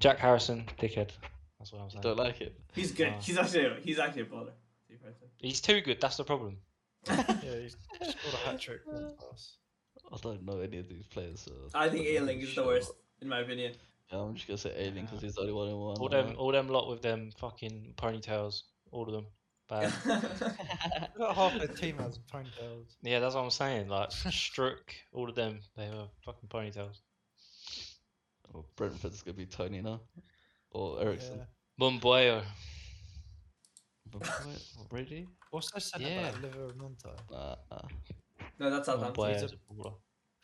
Jack Harrison, dickhead. That's what I'm
You
saying.
don't like it.
He's good.
Ah.
He's actually he's actually a baller.
He's too good. That's the problem.
Yeah, he's scored a hat trick one pass.
I don't know any of these players. So
I think
don't know
Ailing is the
shit
worst,
about-
in my opinion.
Yeah, I'm just gonna say Ailing because he's the only one who won.
All them, all them lot with them fucking ponytails. All of them.
Uh,
Bad.
About half their team has ponytails.
yeah, that's what I'm saying. Like Strook, all of them, they have fucking ponytails.
Well, Brentford's gonna be Tony now, or Ericsson.
Yeah.
Mumboyo.
But wait, Really?
What's that centre
Yeah.
yeah. back? Liver Monta.
Nah, nah.
no, that's Southampton.
Mumboyo's
he's
a baller.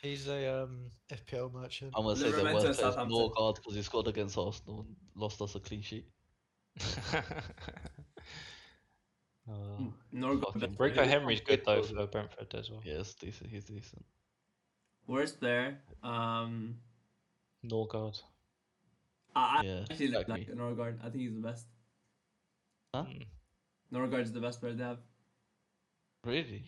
He's a um, FPL merchant.
I'm gonna say the
Livermore to
worst player is
Southampton.
Norgard because he scored against Arsenal, and lost us a clean sheet.
oh.
Norgard.
Fucking
Rico
Yeah.
Henry's good though
Yeah.
for Brentford as well.
Yeah, it's decent. He's decent.
Worst player. Um,
Norgard.
I I
Yeah,
actually like,
exactly.
Norgard. I think he's the best.
Huh?
Mm.
Norgard's the best player they have.
Really?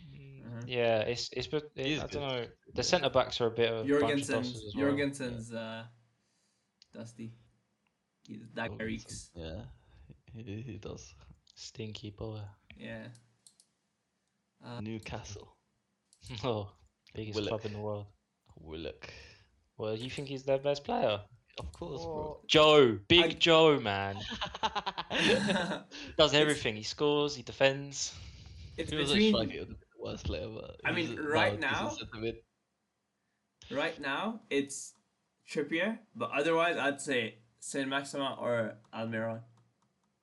Uh-huh.
Yeah, it's it's but
Mm-hmm. He is
I
good.
don't know. The centre backs are a
Uh,
bit of a bunch of bosses
Jorgensen's
as well.
Jorgensen's uh, dusty. He's that guy
Jorgensen.
reeks.
Yeah, he, he does.
Stinky boy.
Yeah. Uh,
Newcastle.
oh, biggest
Willock.
club in the world.
Willock.
Well, you think he's their best player?
Of course,
Or-
Joe, Big
I-
Joe, man,
bro.
does everything. He scores, he defends.
it's
He was a
between
striker, he was the worst player, but
I mean,
he's a-
right
now,
now-
he's a centre mid.
right now it's Trippier, but otherwise I'd say Saint Maxima or Almiron.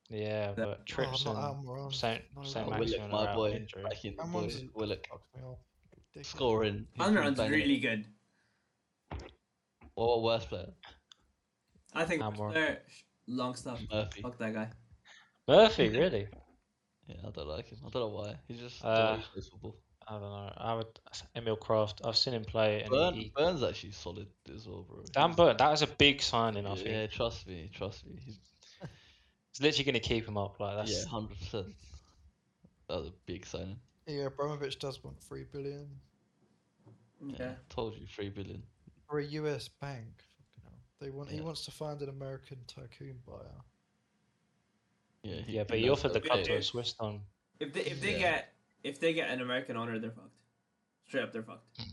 Yeah, but trips
oh,
and
I'm not Almiron.
Saint
No,
Saint
Oh,
Willock,
Maximin
Willock,
are
my
out
boy,
injury.
back in the
I'm
boys.
on-
Willock
Fuck me off. Ridiculous.
scoring. He's been
Almiron's
banging it.
really good.
Or worst player,
I think
Almiron.
they're long stuff.
Murphy.
Fuck that guy.
Murphy, really?
Yeah, I don't like him. I don't know why. He's just
Uh,
uh, plays football.
I don't know. I would Emil Kraft. I've seen him play, and
Burn,
he, he,
Burns actually solid as well, bro.
Dan
He's-
Burn. That was a big signing. I
Yeah,
think
yeah, trust me, trust me. He's,
it's literally going to keep him up. Like that's
yeah, hundred percent. That was a big signing.
Yeah, Abramovich does want three billion
Yeah,
Yeah.
told you three billion.
for a US bank. Fucking hell. They want. He
Yeah.
wants to find an American tycoon buyer.
Yeah, he
Yeah, but
did
he
that.
offered the
Okay.
cup to a Swiss don.
If they if they
Yeah.
get if they get an American owner, they're fucked. Straight up, they're fucked.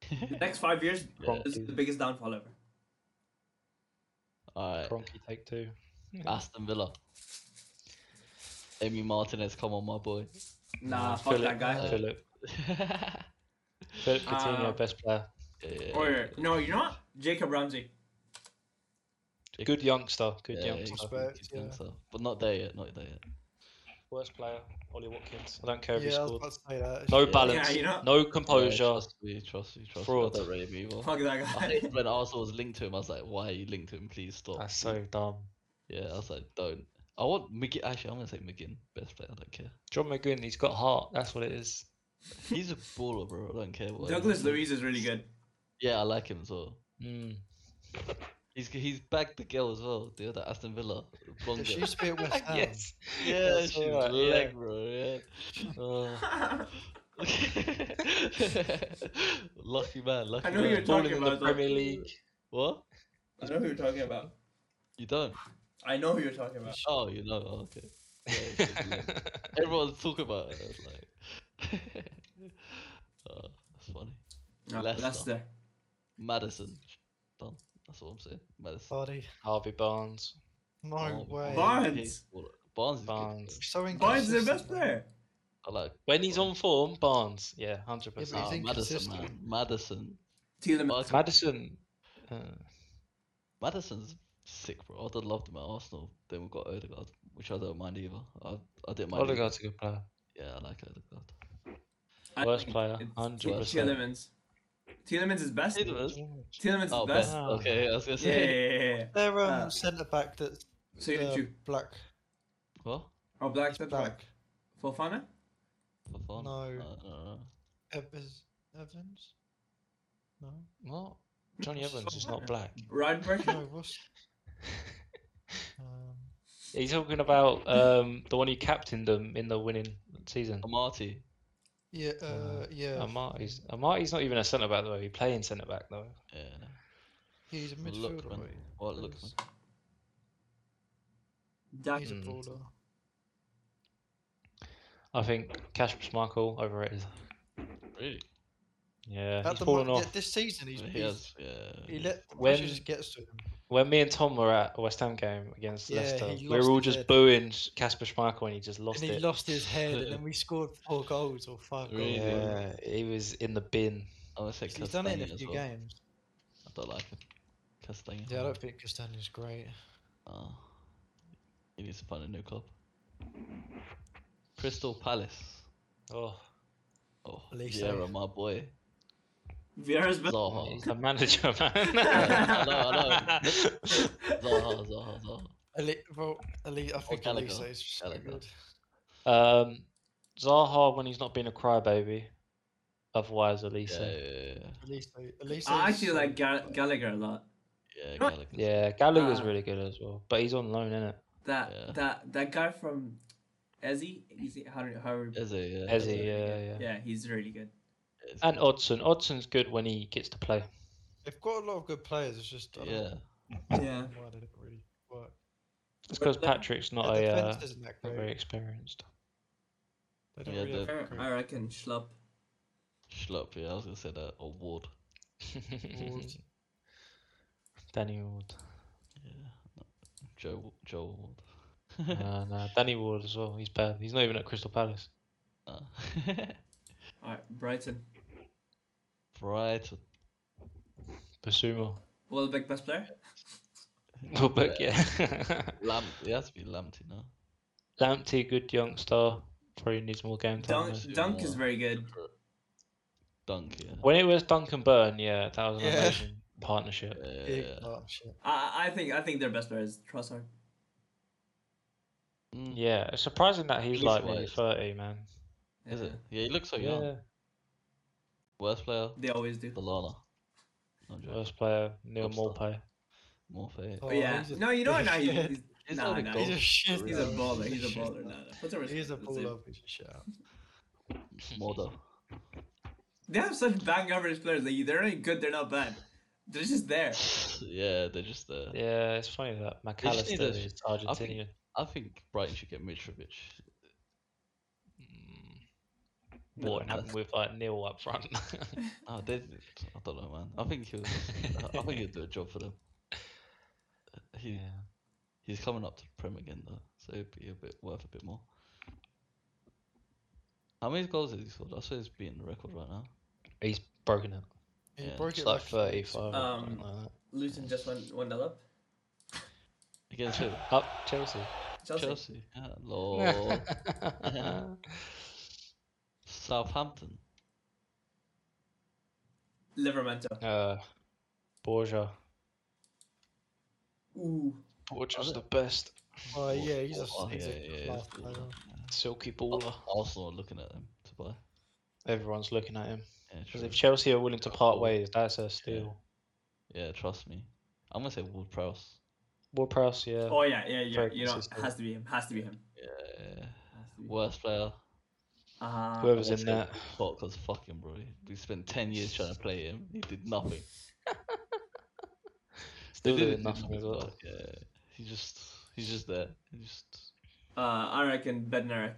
The next five years,
Yeah.
this is the biggest downfall ever.
All right.
Cronky take two.
Aston Villa. Amy Martinez, come on, my boy.
Nah, fuck
Philip,
that guy.
Philip,
yeah,
Philip Coutinho,
Ah.
Uh,
best player.
uh,
Or Oh, no, you're not Jacob Ramsey.
Jacob-
Good youngster. Good
yeah,
youngster.
he's- he's
Prospect,
young
yeah.
stuff. But not there yet. Not there yet.
Worst player, Ollie Watkins. I don't care if he
Yeah, I was
scored.
about to say that.
No
Yeah.
balance.
Yeah, you know?
No
Yeah,
composure.
trust me, trust me, trust
Oh, Fraud.
me. I don't rate him either.
Fuck that
I
guy.
hated when Arsenal was linked to him. I was like, why are you linked to him? Please stop.
That's so dumb.
Yeah, I was like, don't. I want McGinn. Actually, I'm gonna say McGinn, best player. I don't care.
John McGinn, he's got heart. That's what it is.
He's a baller, bro. I don't care what. anyone
Douglas
says.
Luiz is really good.
Yeah, I like him as well.
Mm.
He's he's bagged the girl as well. The other Aston Villa. blonde
She
girl.
used to be at West Ham.
yes.
Yeah,
That's
she was
alright, yeah.
leg, bro. Yeah. Oh. lucky man, lucky
I know
man.
who you're
Born
talking
in the
about. though.
Premier League.
What?
I know who you're talking about.
You don't?
I know who you're talking about.
Oh, you know. Oh, okay. Yeah, it's just leg. Everyone's talking about it. It's like, oh, that's funny.
No,
Leicester.
Leicester.
Madison, done. That's all I'm saying. Madison.
Hardy.
Harvey Barnes.
No
Oh,
way.
Bar-
Barnes.
Barnes.
He's- Barnes is
Barnes.
good.
He's so
Barnes is the best
inconsistent,
player.
I like.
When he's on form, Barnes. Yeah,
Yeah,
100%.
but
Oh,
he's
Madison,
inconsistent.
man. Madison.
Tielemans.
Barnes-
Madison. Uh,
Madison's sick, bro. I'd have loved him at Arsenal. Then we got Odegaard, which I don't mind either. I, I didn't mind. either.
Odegaard's a good player.
Yeah, I like Odegaard.
I
Worst
think
player,
it's
100%.
Tielemans. Tielemans is best.
Tielemans?
Tielemans is
Oh,
best.
best.
Ah.
best.
Okay, I was gonna
Yeah,
say.
yeah, yeah, yeah.
Their um,
Uh,
centre back that's
So you
uh,
didn't you?
black.
What?
Oh, black
He's
centre
black.
back. Fofana.
For fun? Uh,
No.
no, no.
Evans. Evans. No.
What? Johnny Evans is not
Fofana.
black.
No.
Rydberg.
What's um,
He's talking about um, the one who captained them in the winning season.
Amati.
yeah.
Uh,
Uh, yeah.
Amati's Amati's not even a centre back though. He playing centre back though.
Yeah.
He's a midfielder.
Lookman.
right?
What Lookman?
He's-
Dak-
He's a
Mm.
baller.
I think Casper Schmeichel overrated.
Really?
Yeah,
At
he's
the
fallen
mo-
off.
yeah, this season, he's,
he
he's
has. Yeah.
he let the
When-
pressure just gets to him.
When me and Tom were at a West Ham game against
Yeah,
Leicester,
he
we were
lost
all
his
just
head.
booing Sh- Casper Schmeichel and he just lost
and he
it.
lost his head, and then we scored four goals or five
Really?
goals.
yeah, he was in the bin.
I'm gonna say
He's done it in a
Castagne as
few
well.
games.
I don't like him. Castagna.
Yeah, I don't think Castagna's great.
Oh. He needs to find a new club. Crystal Palace.
Oh,
Oh,
Leeds,
Vieira,
eh?
my boy.
Vieira's best.
Zaha.
Oh, he's the manager, man.
I know, I Zaha, Zaha, Zaha.
Elite, well, elite, I think
Gallagher.
Elise is so
Gallagher.
good.
Um, Zaha when he's not being a crybaby. Otherwise, Elise.
Yeah,
Yeah,
yeah, yeah.
Elise, Elise
I
is um,
actually
so
like
good.
Ga- Gallagher a lot.
Yeah,
Right.
Gallagher.
Gallo was
Ah.
really good as well, but he's on loan, isn't it?
That
Yeah.
that that guy from Ezzy, is it how, how
Eze, yeah. Eze,
Eze, yeah,
yeah.
yeah.
yeah, he's really good.
Eze.
And Odson. Odson's good when he gets to play.
They've got a lot of good players. It's just I don't
Yeah.
Yeah.
know why they don't really work.
But
It's because
then
Patrick's not
Their
a uh,
defense isn't that
not very
great.
experienced.
They don't
Yeah,
really have
the-
a
I
great
reckon Schlupp.
Schlupp, yeah, I was gonna say that. Or Ward.
forwards.
Danny Ward.
Yeah. No. Joe, Joe Ward.
no, no, Danny Ward as well. He's bad. He's not even at Crystal Palace.
Nah.
All right, uh, Brighton.
Brighton.
Basuma.
Welbeck best player.
Oh,
Wilbeck, yeah.
Lam- it has to be Lamptey now.
Lamptey, good youngster. Probably needs more game time.
Dunk
though.
Dunk is very good.
Dunk, yeah.
When it was Duncan Byrne, yeah, that was an
Yeah.
amazing partnership.
big
Yeah.
partnership.
I I think I think their best player is Trossard.
Mm,
Yeah, it's surprising that he's
He's
like nearly
wise.
30, man.
Is
Yeah,
it? Yeah, he looks so
yeah,
young. Worst player?
They always do.
Balana. No joke.
worst player, Neil
Good stuff.
Morpay.
Morphe.
Oh,
But yeah.
he's a-
No, you know what? Nah, he's,
he's a-
he's,
He's
Nah,
not a
nah,
goal.
He's a shit.
he's a
though.
baller. He's a
shit
baller.
though.
Nah, nah. Put some
He's a
respect on his name.
baller. He's a shit.
Modder.
They have such bang average players. Like they're not good. They're not bad. They're just there.
yeah, they're just there.
Yeah, it's funny that
just need
McAllister
a-
is Argentinian.
I think Brighton should get Mitrovic.
Mm,
No,
What happened
that's-
with like Neil up front?
Oh, they, I don't know, man. I think he'll. I I think he'll do a job for them. He
yeah.
he's coming up to Prem again though, so he'll be a bit worth a bit more. How many goals has he scored? I swear he's beating the record right now.
He's broken it.
He
Yeah,
broke
It's
it last
like
week.
35 or something
Um,
like that.
Luton just went one nil up.
Against who?
Up Chelsea.
Oh,
Chelsea.
Chelsea. Yeah, lol. Southampton.
Livermento.
uh, Borja.
Ooh.
Borja's the best.
Oh
Or-
yeah, he's a,
or-
he's
yeah, yeah,
a
yeah,
class
it's Borja.
player.
Silky baller.
Arsenal are looking at them to buy.
Everyone's looking at him.
Yeah,
Because
true.
if Chelsea are willing to part ways, that's a steal.
yeah trust me. I'm gonna say Ward Prowse.
Ward Prowse, yeah.
Oh yeah, yeah, yeah.
Very
You know,
consistent.
has to be him. Has to be him.
Yeah,
Has to be.
worst player.
Uh,
Whoever's in that.
Fuck, cause fuck him, bro. We spent ten years trying to play him. He did nothing.
Still
They
doing
didn't do
nothing as well.
but, Yeah, he just he's just there. He just
uh, I reckon Bednarek.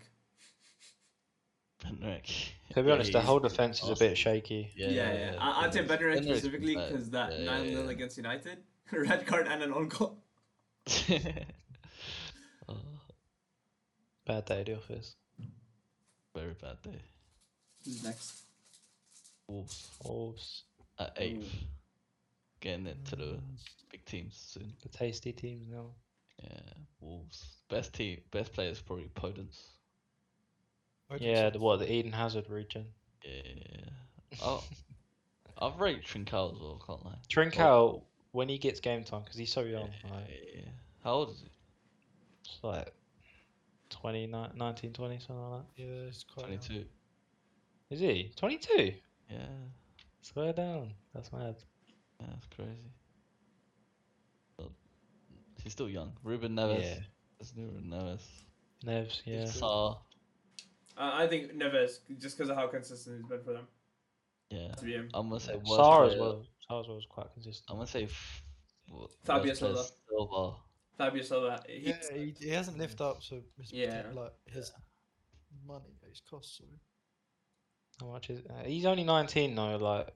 Ben Rek.
To be
Yeah,
honest, the
he's
whole
been
defence is a
nasty.
bit shaky.
Yeah, yeah. I- I'd say
Bednarek's-
Bednarek
Bednarek's been
specifically
bad.
because that
Yeah,
9
yeah,
0
yeah.
against United, red card and an own goal.
oh,
Bad day at the office.
very bad day.
Who's next?
Wolves
Wolves,
at eighth, getting it to the
Mm,
big teams soon.
the tasty teams now.
Yeah, Wolves best team, best player is probably Podence.
Where did
Yeah,
you-
the, what, the Eden Hazard region.
Yeah, oh, I've rated Trincao as well. Can't lie.
Drink out when he gets game time because he's so
Oh. Yeah,
young. Like,
yeah. How old is he?
it's like 20, ni- 19, 20, something like
yeah, he's quite. young.
Twenty-two.
that. Is he? 22?
Yeah,
Swear down. That's mad.
yeah, that's crazy. But he's still young. Ruben Neves.
Yeah.
It's Ruben Neves.
Nevs, yeah.
Sarr.
Uh, I think Neves, just because of how consistent he's been for them.
Yeah.
Has to be him.
I'm gonna say worst
Sar as
player-
well. Sar as well was quite consistent.
I'm gonna say. F- w-
Fabio
worst player
Silva.
Silva.
Fabio Silva. He's,
Yeah, he, he hasn't lived up to his,
Yeah.
potent- like his money that he's cost. Sorry.
How much is uh, He's only 19 though, like.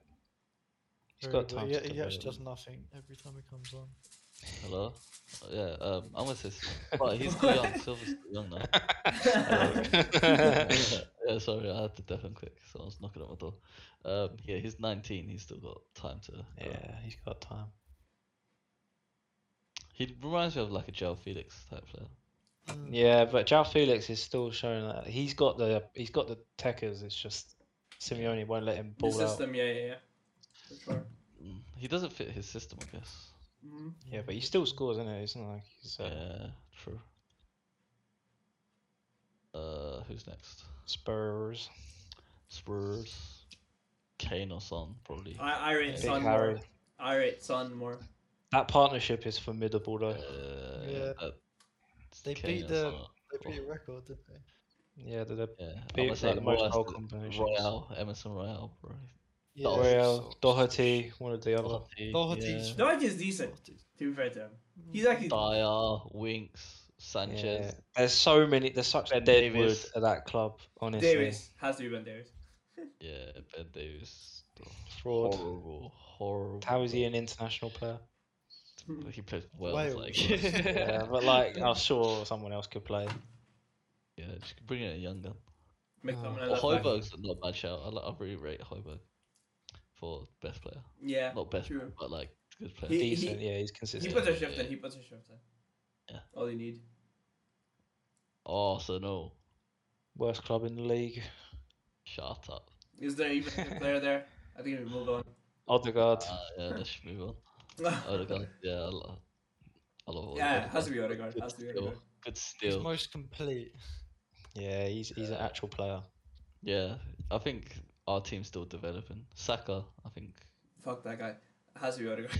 He's
Very
got
well.
time
He,
to
he actually
develop.
does nothing every time he comes on.
Hello. Yeah. Um. I'm gonna say. Silva. But he's still young. Silva's still young now. yeah, sorry, I had to deafen quick. So I was knocking at my door. Um, yeah, he's 19. He's still got time to. uh,
yeah, he's got time.
He reminds me of like a Joe Felix type player.
Um,
Yeah, but Jao Felix is still showing that he's got the he's got the techers. It's just Simeone won't let him
the
ball out.
system, yeah, yeah, yeah. For sure.
Mm, He doesn't fit his system, I guess.
hmm
Yeah, but he still scores, isn't it? It's not like he's uh,
Yeah, true. Uh, who's next?
Spurs.
Spurs. Kane or Son, probably.
I, I rate
Big
Son
Harry.
more. I rate Son more.
That partnership is formidable, though.
Uh,
Yeah.
that-
They
Kane
beat
or
the-
Son.
They beat a record, didn't they?
Yeah, the, the
Yeah, I'm
beat,
gonna say
like, the most
worst
goal
is
combinations.
Royale, Emerson Royale, bro.
Yeah,
Oh,
Royale,
so-
Doherty, one or the other.
Doherty,
Doherty's
yeah.
Doherty is decent,
Doherty's-
to be fair to him. He's actually.
Oh, Dyer, Winks,
Yeah.
Sanchez.
There's so many. There's such a
Ben
dead wood
Davies.
at that club. Honestly,
Davis. Has to be Ben Davis.
Yeah, Ben Davis. oh,
fraud.
Horrible, horrible.
How is he an international player?
He plays well.
Wales.
Like,
yeah, but like, I'm sure someone else could play.
yeah, just bring in a young gun.
McTominay.
I
But
left back.
Hoiberg's not a bad shout. I, like, I really rate Hoiberg for best player.
Yeah.
Not best,
true.
but like good player.
He-
Decent. yeah, he's
He
consistent.
puts a shift in. He puts a shift in.
Yeah.
All you need.
Arsenal,
Worst club in the league.
shut up.
Is there even a player there? I think we move on.
Odegaard.
Uh, yeah, let's just move on. Odegaard, yeah, I love. I love
yeah,
Odegaard.
has to be Odegaard. Has to be
Good
Odegaard.
steal. Good
He's
steal.
most complete.
Yeah, he's he's an actual player.
Yeah, I think our team's still developing. Saka, I think.
Fuck that guy. Has to be Odegaard.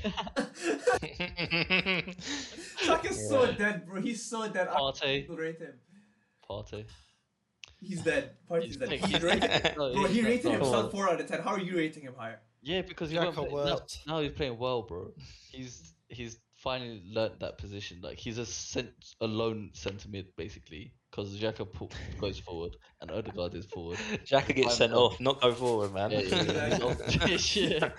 yeah,
Saka's so
Yeah.
dead, bro. He's so dead. I
Partey,
will rate him.
Partey.
He's dead. Party's
He's
dead.
big.
He rated,
No,
bro,
he's
he
not-
rated
no.
himself four out of ten. How are you rating him higher?
Yeah, because he
Jack
went,
of
now,
World.
now he's playing well, bro. He's he's finally learnt that position. Like he's a cent- a lone centre mid basically because Xhaka pu- goes forward and Odegaard is forward.
Xhaka gets
I'm
sent
wrong.
off, not go forward, man.
Yeah, yeah, yeah.
Exactly.
he's on-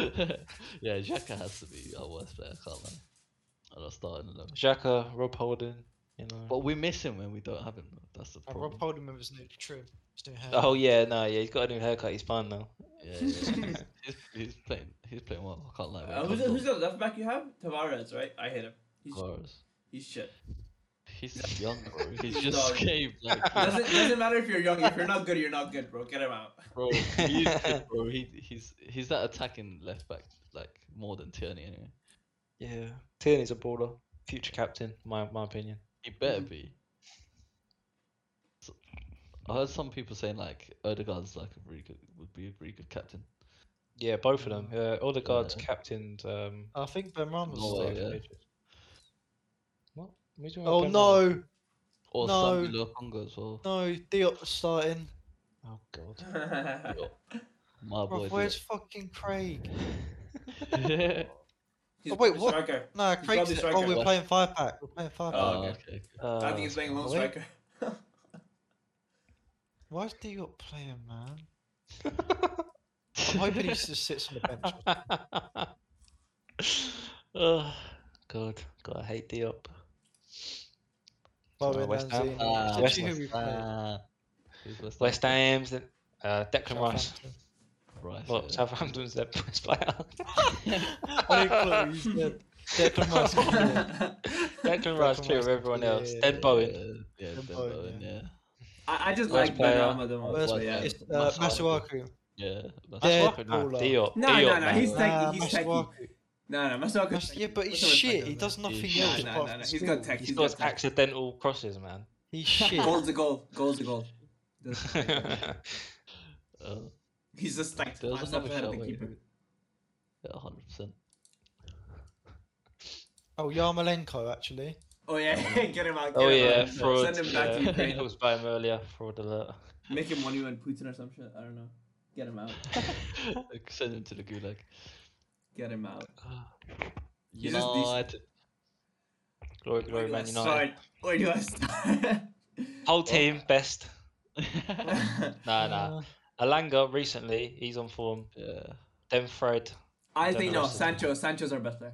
yeah. yeah, Xhaka has to be our worst player, can't lie. And I'll start in eleven.
Xhaka, Rob Holding, you know.
But we miss him when we don't have him. though. That's the
And
problem.
Rob Holding with his new trim, his new hair.
Oh yeah, no, yeah, he's got a new haircut. He's fine now.
Yeah, yeah, yeah. he's, he's playing. He's playing well. I can't lie. when
Uh,
it
who's,
comes
who's
on
the left back you have? Tavares, right? I hate him. He's
Suarez.
he's shit.
He's young, bro. He's
No.
just came. Like,
Doesn't doesn't matter if you're young. If you're not good, you're not good, bro. Get him out.
bro, he's, good, bro. He, he's he's that attacking left back like more than Tierney anyway.
Yeah, Tierney's a baller, future captain, my my opinion.
He better
Mm-hmm.
be. So, I heard some people saying like Odegaard's like a really good would be a really good captain.
Yeah, both of them. Uh, Yeah, Odegaard's
Yeah.
captained. Um,
I think Ben Rama was
Oh,
Norway,
there.
yeah.
what? What do you want
Oh
Ben Rama?
no,
Or
No.
Sambi Lokonga as well.
no, Diop was starting.
Oh god.
My boy.
Rob, where's fucking Craig?
Diop.
he's
Oh, wait,
a
what?
Striker.
No,
probably
Craig's. there. Oh,
striker.
we're playing five pack. We're playing five pack.
Oh,
Oh,
okay.
okay.
Uh,
I think he's playing lone
Wait.
striker.
Why is Diop playing, man? I'm hoping he just sits on the bench.
oh god, god, I hate Diop.
Bowen,
West Ham?
Lanzini,
Ah,
it's
Uh, West
actually who we play.
Ah, who's West,
West Ham's uh, Declan Rice.
Southampton.
Rice,
Look,
yeah.
Southampton's their best player.
I didn't clue he's dead. Declan Rice. is dead.
Declan Rice
Declan
clear
Rice
of everyone
completely,
else.
yeah,
Then Bowen.
Yeah,
Then
then
Bowen,
Bowen, yeah.
I, I just
Where's
like Ben
Bale?
Rama the most.
Where's-
but yeah.
It's uh,
Masuaku.
Masuaku.
Yeah. that's
Dead
right.
Fucking hell,
baller.
Diop.
No,
Diop,
no, no,
man.
he's techie.
Nah,
he's
Masuaku.
techie. No, no, Masuaka's
Mas- Yeah, but he's
What's the
shit.
respect
He
on
does
that?
nothing
He's
else.
shit.
Nah,
apart
nah,
from
nah, he's got
skill.
tech.
He
He's got
scores
tech.
accidental crosses, man.
He's shit.
Goal's a goal. Goal's a goal. Doesn't matter.
Uh,
He's just like
There was
climbs
another
up ahead of
shot
the
where he-
keeper.
yeah, 100%.
Oh, Yarmolenko, actually.
Oh yeah, get him out. Get
Oh
him
yeah,
out.
fraud.
Send him back to
yeah.
Ukraine.
I was by him earlier. Fraud alert.
Make him one you and Putin or some shit. I don't know. Get him out.
Like, Send him to the gulag.
Get him out. He's just decent.
United.
Glory,
Where
glory,
do I
Man United.
start? Where do I start? Oh.
Whole team best. Nah, nah.
Uh,
Alanga recently, he's on form.
yeah.
Then Fred.
I
Don't
think
know.
no. Sancho. Sancho's our best player.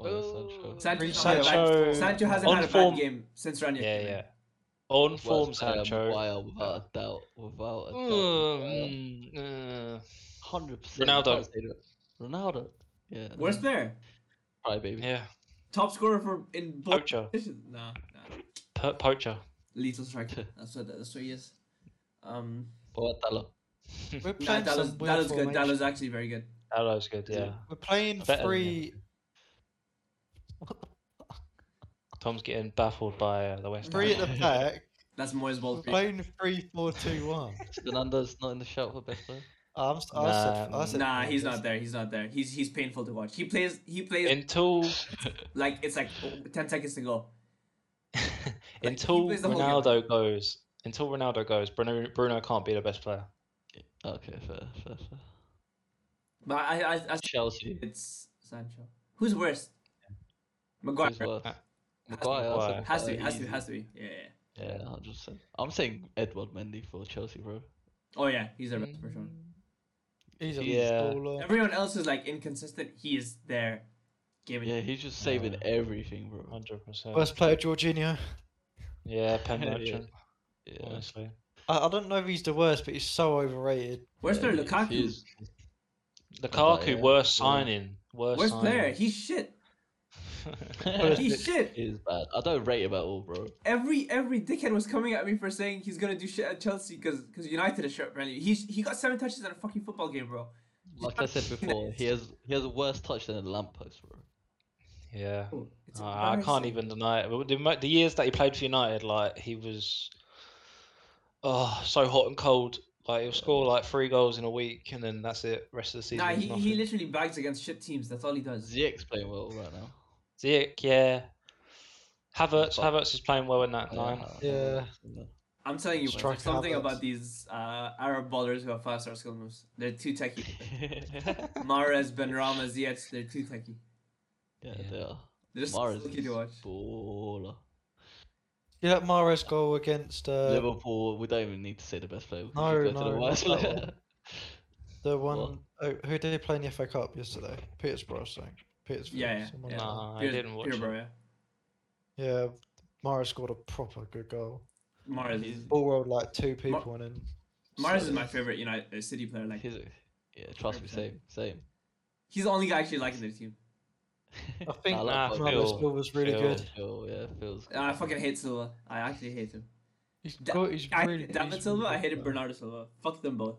Oh, yeah, Sancho.
Sancho's not had a
Sancho.
bad-
Sancho.
Sancho hasn't
On
had a
form.
bad game since Rania.
Yeah,
came in.
yeah. On
Worst
form,
player,
um,
Sancho.
Maguire, without a doubt. Without a doubt. Maguire.
Mm, mm.
100%.
Ronaldo.
can't say that. Ronaldo. Yeah.
Worst player.
Crybaby.
yeah.
Top scorer for in both
Poacher.
positions. No, no.
Po- poacher.
Lethal striker. That's what that's what he is. Um,
Boatella.
we're
nah,
playing
that was
some
that
weird
was good. That
formation.
was actually very good.
That was good,
Yeah.
yeah.
We're playing
Better than
three.
Tom's getting baffled by uh, the West
Three
Ham.
at the back.
That's Moyes'
We're
ball.
playing three, four, two, one.
Fernando's not in the shout for best player.
I'm, s- I said,
Nah,
I said
Nah, he's
Fernandes.
not there. He's not there. He's he's painful to watch. He plays he plays
Until
like it's like oh, ten seconds to go. he
until
plays the whole game, man.
Ronaldo goes, until Ronaldo goes, Bruno Bruno can't be the best player.
Okay, fair, fair, fair.
But I I, I think
Chelsea.
it's Sancho. Who's worst? Maguire.
Who's worse? Uh,
Has
Maguire. I said
Has to be.
Maguire,
Has to be.
easy.
Has to be. Yeah. yeah.
Yeah, hundred percent. I'm saying Edward Mendy for Chelsea, bro.
Oh yeah, he's the best for sure.
Mm. He's a
Yeah.
baller.
Everyone else is like inconsistent. He is there. Giving
Yeah, he's just saving
Yeah.
everything, bro.
Hundred percent.
Worst player, Jorginho.
Yeah, pen
Yeah.
merchant.
Yeah,
Honestly,
I, I don't know if he's the worst, but he's so overrated.
Worst player
yeah,
Lukaku.
he's-
Lukaku
yeah,
worst
yeah.
signing. Worst,
Worst player.
signing.
He's shit.
Worst
He's shit.
he's bad. I don't rate him at all, bro.
every every dickhead was coming at me for saying he's gonna do shit at Chelsea because United is shit apparently. He's he got seven touches in a fucking football game, bro.
Like I said before, he has he has a worse touch than a lamppost, bro.
yeah.
Oh, it's
Uh, I can't
embarrassing.
even deny it. But The, mo- the years that he played for United, like he was, oh, so hot and cold. Like he'll score like three goals in a week, and then that's it. Rest of the season.
Nah,
is
he, he
nothing.
literally bags against shit teams. That's all he does.
ZX playing well right now.
Ziyech, yeah. Havertz,
But-
Havertz is playing well in that line.
Yeah.
I'm telling you, bro, there's
Strike
something
habits.
about these uh, Arab ballers who have five star skill moves. They're too techie.
yeah.
Mares, Ben Rama, Ziyech, they're too techie.
Yeah,
Yeah.
they are.
They're just
Mara's
lucky to watch.
baller.
You let Mares go against uh,
Liverpool. We don't even need to say the best player. we
No,
can go to the
no,
worst
not that
player.
the one. Oh, who did they play in the FA Cup yesterday? Petersburg, I think. Petersburg.
Yeah, yeah,
someone
yeah.
like that.
Nah, I
Piers-
didn't watch
Peterborough,
it.
Yeah, Mares scored a proper good goal.
yeah. Mars is
Ball rolled like two people and then
Mars is
Solid.
my favorite United uh, City player. Like
He's a- yeah, trust me,
100%.
same, same.
he's the only guy I actually liking their team.
I think
I
nah,
like
Phil-
Bobby
Mares
Phil.
Phil was really
Phil.
good.
Phil, yeah, Phil's.
And I fucking hate Silva. I actually hate him.
He's
Da-
good. He's
I
really.
hated David
he's
Silva.
really
I
good
hated
player.
Bernardo Silva. Fuck them both.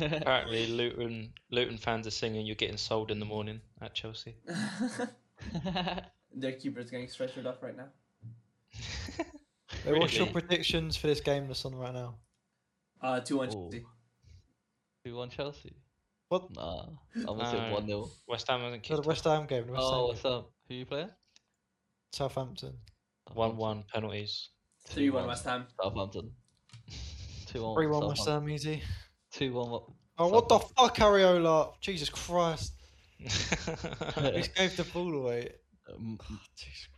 Apparently, Luton Luton fans are singing "You're getting sold in the morning" at Chelsea.
Their keeper's getting stretchered off right now.
Hey, what's your
Really?
predictions for this game, the Sun, right now?
Uh, two one.
Oh. Two one Chelsea.
What?
Nah, I'm gonna say
No.
one 0
West Ham hasn't
The
kicked
West Ham game. The West
Oh,
Ham game.
what's up? Who you playing?
Southampton.
one-one penalties.
Three one West Ham.
Southampton. Two one.
Three one West Ham easy.
Two one.
Oh, what the fuck, Ariola? Jesus Christ! He gave the ball away. Jesus
um,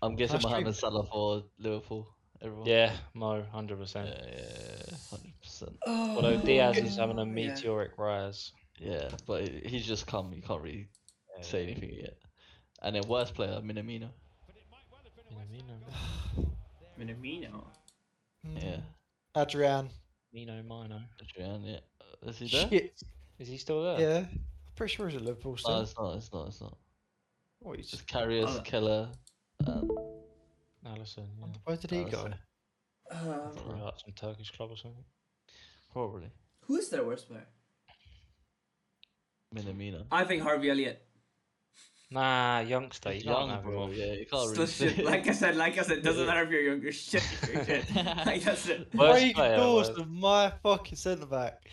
I'm guessing
Last
Mohamed
week-
Salah for Liverpool. Everyone.
yeah, Mo, hundred percent.
hundred percent.
Although Diaz is having
Oh, Yeah.
a meteoric rise.
Yeah, but he- he's just come. You can't really say anything yet. And then worst player, Minamino.
Mino,
Minamino.
Mm.
Yeah,
Adrian.
Mino, Mino.
Adrian. Yeah, Uh, is he there?
Shit.
Is he still there?
Yeah. I'm pretty sure he's at Liverpool still.
No, it's not. It's not. It's not.
What, he's
Just Carrius,
Oh.
Keller, and
Allison. Yeah.
Where did he go?
Allison.
Um,
Probably at some Turkish club or something.
probably
who is their worst player?
Minamino.
I think Harvey Elliott.
Nah, youngster. You
He's
can't
young,
have him
bro.
off.
Yeah, you can't
Still
really.
shit.
say-
Like I said, like I said, doesn't
Yeah.
matter if you're younger. Shit, you're shit. like I said,
Worst
Craig
player,
Dawson,
worst-
my fucking centre back.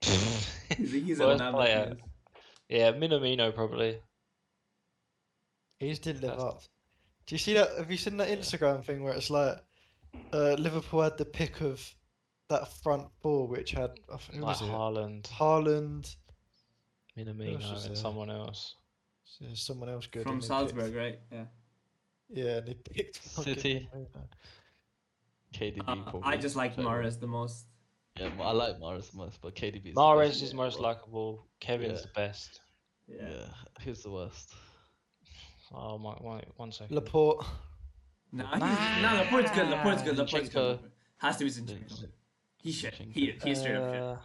he's, he's a
Worst
man, like
player.
he is.
yeah, Minamino probably.
He just didn't live
That's-
up. Do you see that? Have you seen that Instagram thing where it's like uh, Liverpool had the pick of that front four, which had I think, who
like
was it?
Haaland,
Haaland,
Minamino,
was
and
there?
someone else.
s- someone else good
from
and they picked-
Salzburg, right? Yeah.
Yeah, and they picked fucking
City.
Firmino.
KDB.
Uh,
probably.
I just like
So,
Mares the most.
Yeah, Ma- I like Maris most, but KDB. is the
Mares
best
is
player,
most
bro.
likable. Kevin's
Yeah.
the best.
Yeah.
Yeah. Who's the worst?
Oh my, one, one second.
Laporte.
Nah, he's, nah, Laporte's good. Laporte's good.
Nah.
Laporte's good.
Zinchenko.
Has to be Zinchenko.
Zinchenko.
He's shit. He, he's straight up shit.
Uh,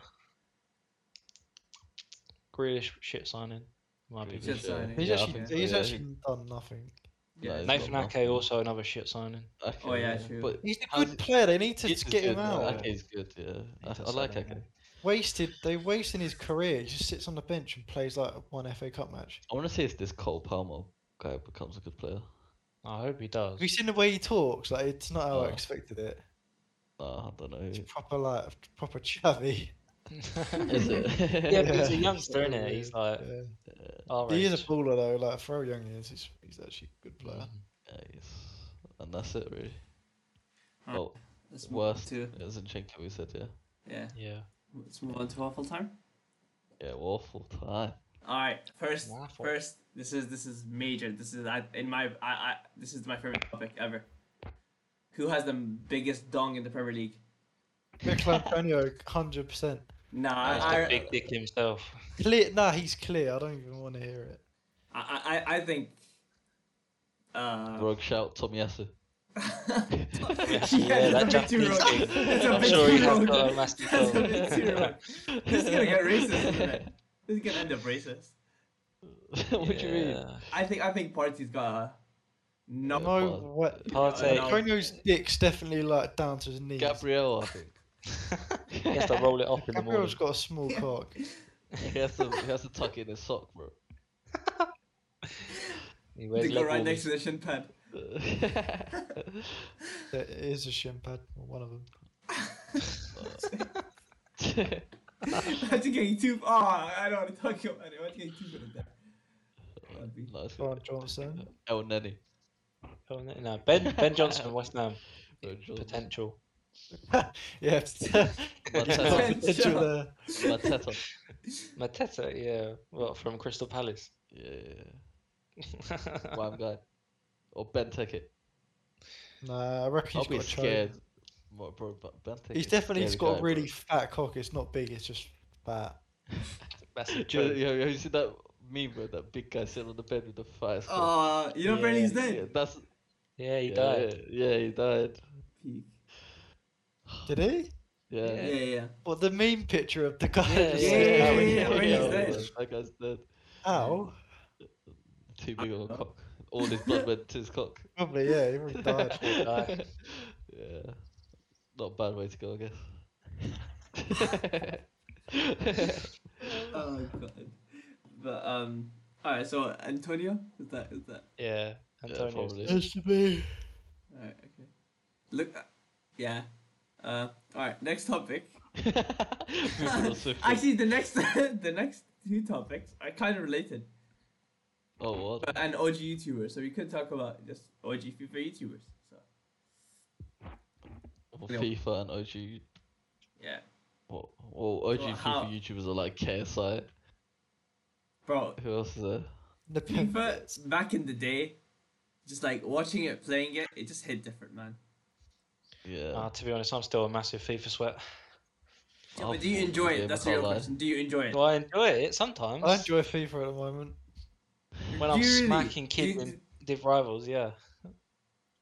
Grealish shit signing. Might be
Grealish,
Shit
good.
yeah.
signing.
He's
Yeah, I
actually
think so,
he's
yeah.
actually done nothing.
Yeah.
Nice.
Nathan
not
Ake
bad.
also another shit signing.
Ake,
Oh, yeah, true.
But
He's a
how's
good
it-
player. They need to
Ake is
just get him
good, though.
out.
Ake is good. Yeah, I,
He's
I
a
like
solid
Ake.
man.
Wasted. They wasting his career. He just sits on the bench and plays like one FA Cup match.
I want to see if this Cole Palmer guy becomes a good player.
I hope he does.
Have you seen the way he talks? Like it's not how I
Oh.
expected it.
Uh, I don't know.
It's proper like proper chubby.
Is it?
yeah, but he's a
Yeah.
youngster, is He's like,
Yeah.
our
He is a
age.
baller though. Like for how young he is, he's, he's actually a good player.
Mhm.
Nice. And that's it, really.
Alright,
Oh,
Let's move on
worst.
to
yeah, Zinchenko, we said, yeah.
yeah.
Yeah.
Let's move on to waffle time.
Yeah, awful time.
All right, first,
Waffle.
first, this is this is major. This is I, in my I, I this is my favorite topic ever. Who has the biggest dong in the Premier League?
Mikel Antonio, hundred percent.
Nah,
That's
I,
He's
I,
a big dick himself.
Clear. Nah, he's clear. I don't even want to hear it.
I, I, I think. Uh,
Rogue shout, Tomiyasu.
yeah,
Yeah, that
that's a bit too rogue. That's
Japanese thing.
a
I'm
bit
sure he
too
has
rogue.
got a massive
That's a
dong.
bit too rogue. This is gonna get racist, isn't it? This is gonna end up racist.
what do you mean?
Yeah.
I think I think Party's got a no.
Yeah.
No,
but-
what?
Partey.
no.
Antonio's dick's definitely like down to his knees.
Gabriel, I think.
he has to roll it up in the morning.
Gabriel's got a small cock.
he, has to, he has to tuck in his sock, bro.
He
To
wears
go
leg
right
warmers.
next to the shin pad.
There is a shin pad, or one of them.
Imagine getting two. Oh, I don't want to talk about it. Imagine getting two good at that.
Nice.
Brian Johnson.
El Nenny.
Oh, no, no, Ben Ben Johnson, West Ham.
Rogue shout.
Potential.
Yeah.
Mateta.
Potential there.
Mateta.
Mateta, yeah. Well, from Crystal Palace.
Yeah. one guy. Or Ben Ticket.
Nah, I reckon
I'll
he's
be
got a try.
scared. Bro, bro, but Ben Ticket.
He's definitely he's got a really fat cock. It's not big. It's just fat.
That's a
Have
joke.
you, have you seen that meme where that big guy sitting on the bed with the fire? squad?
Oh, you know, Bernie's
Yeah,
dead.
that's
Yeah, he
yeah,
died.
Yeah, yeah, he died.
Peak.
Did he?
Yeah.
Yeah,
Yeah.
yeah. yeah.
Well, the meme picture of the guy.
Yeah,
just
yeah,
sitting
yeah,
down with
yeah,
his
yeah, he's
cock out.
dead.
That guy's dead.
Ow.
Too big on
Uh,
a cock. All his blood went to his cock.
Probably, yeah. He already died.
died.
yeah. Not a bad way to go, I guess.
Oh god. But um, all right. So Antonio, is that is that?
Yeah, Antonio.
probably.
Has to be.
All right. Okay. Look. Yeah. Uh. All right. Next topic.
Moving on swiftly.
Actually, the next the next two topics are kind of related.
oh, what?
But an OG YouTuber, so we could talk about just OG FIFA YouTubers. So
Well,
Yeah.
FIFA and OG.
yeah,
Well, well OG
So
FIFA
how-
YouTubers are like KSI.
bro.
Who else is there?
The pimples.
FIFA back in the day, just like watching it, playing it, it just hit different, man.
Yeah.
Uh,
Ah, to be honest, I'm still a massive FIFA sweat.
Yeah,
I'll
but do you
pause the
enjoy
game, Oh, I
it? That's the
can't
real
lie.
question. Do you enjoy it?
Do I enjoy it sometimes?
I enjoy FIFA at the moment.
when I'm
Do you really?
smacking
Do you-
kids in Div Rivals, yeah.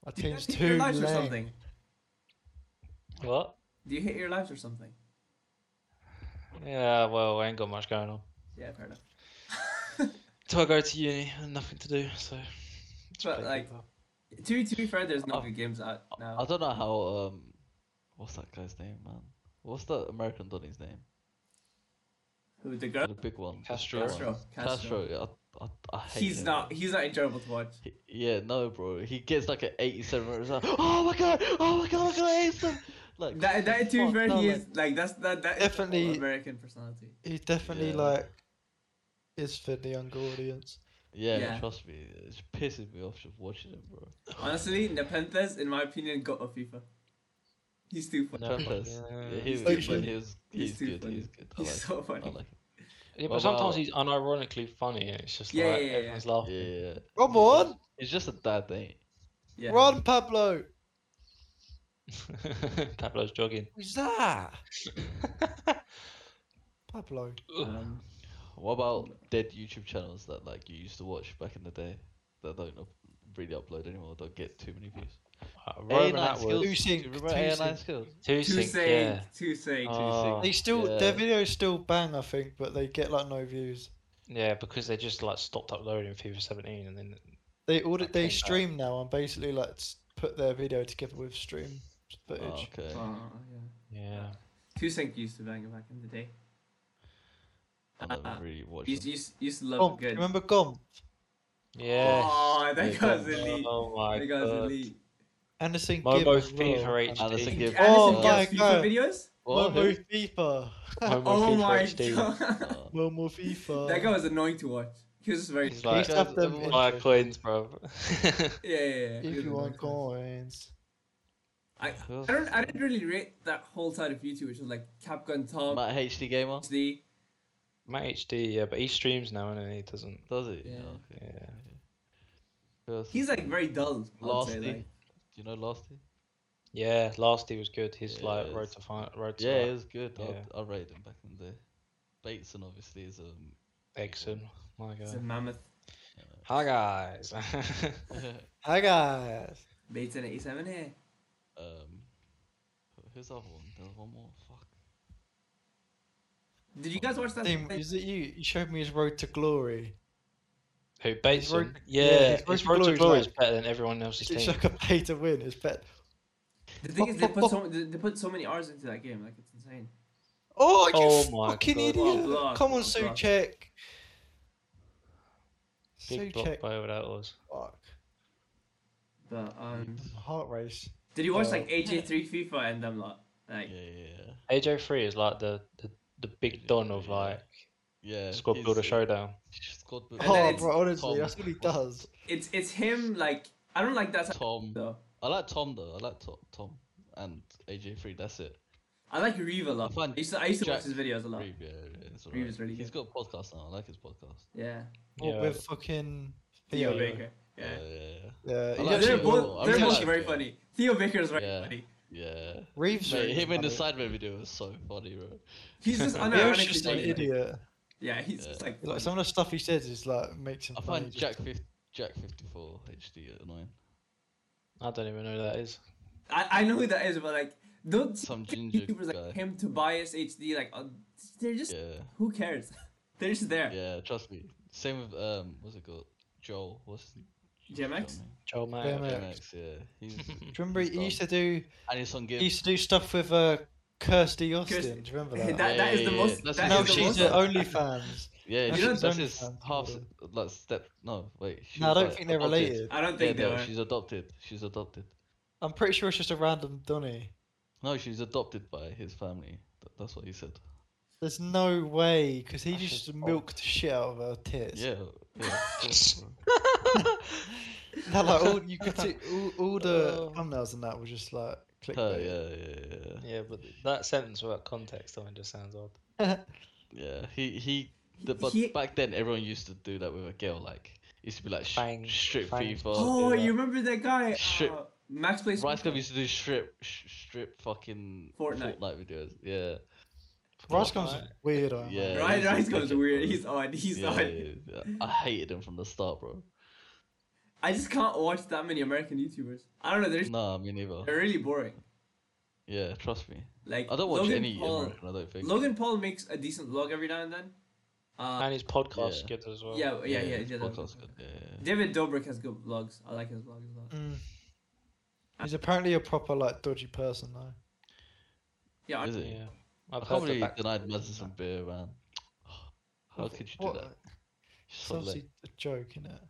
My
do you
team's
hit your
too
lives or
lame.
something?
What?
Do you hit your lives or something?
Yeah, well, I ain't got much going on.
Yeah, fair enough.
Till I go to uni and nothing to do, so. just
But,
play
like,
FIFA.
To be, to be fair, there's no
Oh,
good games out
I-
now.
I don't know how. Um, what's that guy's name, man? What's that American Donny's name?
Who the
The
girl?
big one. the
Castro.
big
Castro.
one.
Castro.
Castro. yeah, I, I, I hate
He's
him.
not. He's not enjoyable to watch.
He- Yeah, no, bro. He gets like an 87 result. Oh my god! Oh my god! Look at Aeson! Like
That, that to be
fuck,
fair,
no,
he
like-
is like that's that that is
Definitely-
American personality.
He definitely
Yeah.
like is for the younger audience.
Yeah,
Yeah.
trust me, it's pissing me off just watching him, bro.
Honestly, Nepenthes, in my opinion, got a FIFA. He's too funny.
No,
Purpose. Yeah, he
yeah.
was
He's
good.
actually-
man, He was,
he's
he's
too
good.
funny.
He's good. I
He's
like
so
him.
funny.
I like him.
Yeah,
Well,
but sometimes
well-
he's unironically funny, and it's just
Yeah,
like
yeah, yeah,
everyone's laughing.
Yeah.
Come on,
It's just a dad thing.
Yeah.
run, Pablo.
Pablo's jogging.
Who's that? Pablo.
Um,
What about dead YouTube channels that like you used to watch back in the day that don't up- really upload anymore, don't get too many views?
Uh, Roman
A9 skills.
Atwood,
Two
Do
sync,
you remember
two
A9
sync.
skills? Ah,
too
two sync,
saying,
yeah.
too saying.
Oh,
They still their
Yeah.
videos still bang, I think, but they get like no views.
yeah, because they just like stopped uploading FIFA 17, and then
They order
came
they
back.
stream now and basically like s- put their video together with stream footage.
Oh, okay.
Oh, yeah.
yeah,
Two Sync used to bang it back in the day.
I
uh,
never really
Oh,
watched.
Used,
them.
used, used to love
Gomp,
good.
Oh, remember Gomp?
yeah.
Oh, that
Yeah,
guy's
Gomp.
elite.
Oh my
that guy's
god.
elite.
Anderson Gibb.
Mobo
as well.
FIFA HD.
Alison Gibb.
Anderson
Oh
Gill's
my
FIFA
God.
videos?
What?
Mobo
Who?
FIFA.
Mobo
Oh
FIFA
my
HD.
god.
Oh.
Well, more FIFA.
that guy was annoying to watch. He was just very.
He's
Please
like,
These
have
guys-
them
them
in
buy
there.
coins, bro.
Yeah, yeah, yeah. He was
If you
annoying to
want
watch.
coins.
I,
Who else
I don't
is
I
there?
didn't really rate that whole side of YouTube, which was like Capcom Top,
Ah, Matt HD Gamer
HD.
My HD, yeah, but he streams now, and he doesn't.
does it?
Yeah.
okay.
Yeah.
Who else is
He's
there?
like very dull. I'd say,
Lasty.
like.
Do you know Lasty?
Yeah, last he was good. He's like
Yes.
road to fin- road to
Yeah, he
like,
was good.
yeah.
I, I rated him back in the day. Bateson obviously is um.
Exxon. My
It's a
god.
mammoth.
Hi guys.
uh,
Hi guys.
Bates in 87 here.
um. who- Who's the other one? There's one more. Fuck.
Did you guys watch that?
Dean,
thing?
is it you? You showed me his road to glory.
Who Bateson?
road-
Yeah,
yeah, his
his,
road to
road
glory
to
is
glory is
like-
better than everyone else's
It's
team.
like a pay to win. It's bet.
The thing is, they put so they they put so many hours into that game, like it's insane.
Oh, you
Oh my
fucking
God.
idiot!
Oh, block,
Come on,
oh, block.
Suchek. Suchek,
Big block by whatever that was.
fuck.
But um,
Mm.
Heart race.
did you watch
Uh,
like AJ3 FIFA and them lot? Like,
Yeah, yeah,
AJ three is like the, the, the big don of like
yeah.
squad
he's-
builder showdown.
Squad
And then
Oh,
builder.
it's
bro, honestly,
Tom.
that's what he does.
it's it's him. Like, I don't like that side
Tom.
though.
I like Tom though. I like Tom. Tom and AJ3. That's it.
I like Reeve a lot.
I
I,
find
used to, I used to watch his
Jack-
videos a lot.
Reeve, yeah, yeah, it's
Reeve
alright.
is really
He's got a podcast now. I like his podcast.
Yeah.
What
Yeah.
with fucking
Theo
Theo,
Baker. Yeah.
yeah, yeah. I
Yeah, you
like
don't-
they're
actually-
both,
oh, I
they're
really
both
like
very
Theo.
funny. Theo Baker's very
Yeah.
funny.
yeah.
Reeves.
Mate,
really
him in the
funny.
Sidemen video is so funny, bro.
He's just
Theo's
Theo's
unironically
just an
funny.
idiot.
Yeah, he's
Yeah.
just like,
Like
funny.
some of the stuff he says is like makes him.
I
funny
find
just-
Jack 50, Jack 54 HD annoying.
I don't even know who that is.
I, I know who that is, but like, don't
Some ginger
YouTubers like
guy.
him, Tobias HD, like, uh, they're just,
Yeah,
who cares? they're just there.
yeah. Trust me. Same with um, what's it called? Joel. What's his-
GMX?
Joel
Yeah,
Mayer.
mate.
GMX. Yeah, he's
Do you remember he used to do?
and he's on
He
Gimp.
used to do stuff with uh, Kirsty Austin.
Kirsty-
Do you remember
That,
Yeah,
that?
that is the
yeah,
most.
yeah. That's
that
his
no,
is the
she's
most.
at OnlyFans.
Yeah,
That's
she,
his
that's
only
his
son,
half
probably.
like step. No, wait. she
No, I
was,
don't
like,
think they're
adopted.
related.
I don't
Yeah,
think
no,
they are.
she's adopted. She's adopted.
I'm pretty sure it's just a random dunny.
No, she's adopted by his family. Th- That's what he said.
There's no way, because he
I should
just
stop.
milked the shit out of her tits.
Yeah, yeah. of course, bro.
That, like, all, you could see, all, all the
Oh.
thumbnails and that were just like clickbait.
Her, yeah, yeah, yeah.
Yeah, but that sentence without context, I mean, just sounds odd.
Yeah, he he. The, but
He-
back then, everyone used to do that with a girl. Like, it used to be like sh-
Fang-
strip
fang.
fever.
Oh,
yeah.
you remember that guy?
Shit.
Uh, Max plays.
Rice Cup
Fortnite.
used to do strip sh- strip fucking
Fortnite.
videos. Yeah,
Rice comes
Right.
weird. I
Yeah.
yeah.
Ryan,
he's a
Ryan's goes
dickhead,
weird.
bro.
He's odd. He's
yeah,
odd.
yeah, yeah. I hated him from the start, bro.
I just can't watch that many American YouTubers. I don't know. They're,
Nah, me neither.
they're really boring.
Yeah, trust me.
Like
I don't watch
Logan
any
Paul.
American. I don't think.
Logan Paul makes a decent vlog every now and then. Uh,
And his podcast
Yeah.
good as well.
yeah, yeah, yeah. yeah,
his
yeah, that-
podcast's good, yeah, yeah, yeah.
David Dobrik has good vlogs. I like his vlogs a lot.
Mm. He's apparently a proper like dodgy person though.
Yeah,
Is
aren't-
it?
Yeah.
I
I've
can't
heard the
believe you
back-
denied Madison some beer, man. How
What-
could you do
what-
that?
It's
So
obviously
late.
a joke, isn't it?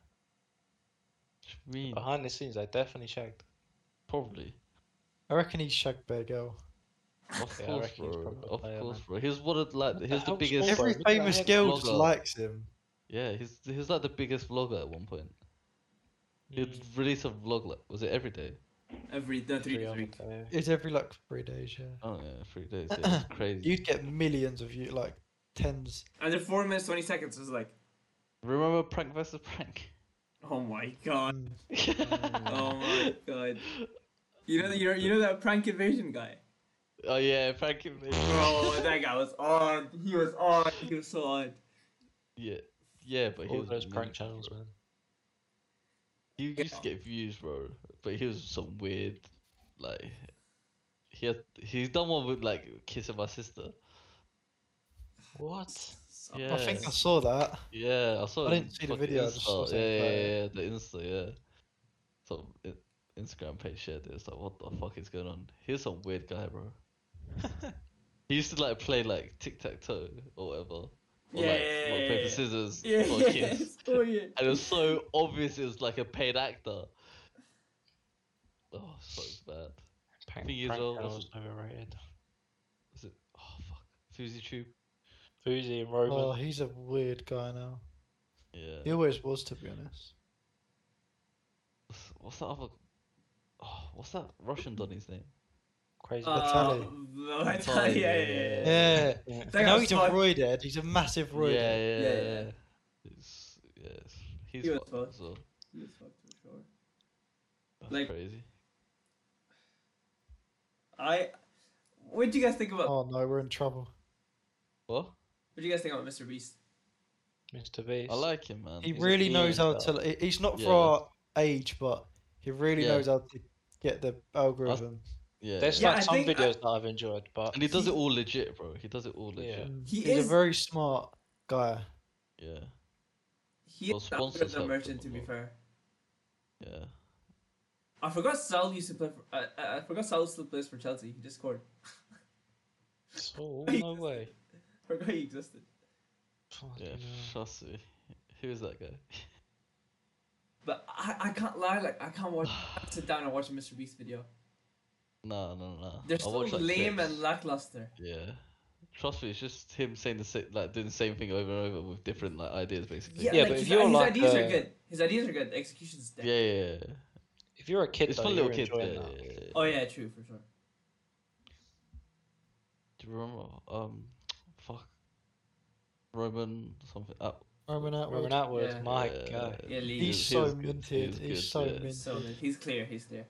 It's mean,
Behind the scenes, I definitely shagged.
probably.
I reckon he's shagged Bear Girl.
Of
Yeah, I
course,
reckon he's
bro.
probably a
Of
player,
course,
man.
bro. He's one of like he's the
helps
biggest.
also-
Every
look at that
famous
head
girl just
vlogger.
likes him.
Yeah, he's he's like the biggest vlogger at one point.
Mm.
He'd release a vlog like was it every day?
every no, three days a week.
It's every like three days, yeah.
Oh yeah, three days. Yeah, it's crazy.
You'd get millions of you, like tens.
Under four minutes twenty seconds is like,
Remember prank versus prank?
oh my god,
Mm.
oh my god. You know that you know, you know that prank invasion guy.
oh yeah, prank invasion.
Bro, Oh, that guy was on. He was on. He was so on.
Yeah, yeah, but he
All
was
those prank
mental,
channels,
bro.
man.
He used to get views, bro. But he was some weird, like he had, he's done one with like kissing my sister.
What?
So-
Yeah,
I think I saw that.
yeah, I saw. it
I
on
didn't see the
fucking
video, I just saw
Insta.
something
Yeah,
about
yeah,
it.
yeah, yeah, the Insta, yeah. So i- Instagram page shared it. It's like, what the fuck is going on? He's some weird guy, bro. He used to like play like tic tac toe or whatever. Or
Yeah,
like
yeah,
rock,
yeah,
paper,
yeah.
scissors
Yeah,
for a
yes.
kiss.
Oh yeah.
And it was so obvious it was like a paid actor. Oh, so bad.
prank
Thing is,
prank
though,
channels
wasn't-
overrated.
Was it? Oh fuck. Fuzzy Tube.
Boozy and
Oh,
Roman.
he's a weird guy now.
Yeah.
He always was, to be honest.
What's, what's that other? Oh, what's that Russian Donny's name?
Crazy.
Uh,
Vitaly.
Vitaly, yeah, yeah, yeah, yeah.
Yeah.
Yeah.
That guy
now
was
he's
so-
a roidhead. He's a massive
Yeah,
roidhead.
yeah, yeah.
Yeah, yeah.
It's, yeah, it's, he's
He was
fucked
fucked.
as well.
he was fucked for sure.
That's
Like-
crazy.
I. What do you guys think about?
Oh no, we're in trouble.
What?
What do you guys think about Mr. Beast?
Mr. Beast.
I like him, man.
He
He's a
really knows how
genius,
to.
though.
he- He's not
Yeah.
for our age, but he really
Yeah.
knows how to get the algorithm.
Yeah.
There's
Yeah,
like
I
some
think I-
videos that I've enjoyed, but
And he does
he-
it all legit, bro. He does it all legit.
Mm.
He
he's
is-
a very smart guy.
Yeah.
He
Well,
is the
sponsors
algorithm
helped
merchant, to
him a
be
lot.
fair.
Yeah.
I forgot Sal used to play for. Uh, I forgot Sal still plays for Chelsea. He just scored.
so,
He
no
just-
way.
forgot he existed.
Yeah.
Fucking hell.
Trust me. Who is that guy?
But I, I can't lie, like I can't watch. I can't sit down and watch a Mr. Beast video.
No, no, no.
They're
I
so
watched, like,
lame
clips.
and lackluster.
Yeah. Trust me, it's just him saying the same, like doing the same thing over and over with different like ideas, basically.
Yeah,
Yeah,
like,
but
his,
if you're
his
like,
ideas
uh,
are good. His ideas are good. The execution's dead.
Yeah, yeah, yeah.
If you're a kid,
It's
though,
for
you're
little kids. Yeah,
enjoying
yeah,
that.
yeah, yeah.
Oh yeah, true for sure.
Do you remember? Um, fuck. Roman something. Uh,
Roman Atwood.
Robin Atwood,
Yeah.
my
Yeah,
god.
Yeah, Lee.
He's
He's
so
good,
minted. He's,
he's good,
so
yeah.
minted.
So he's clear. He's clear.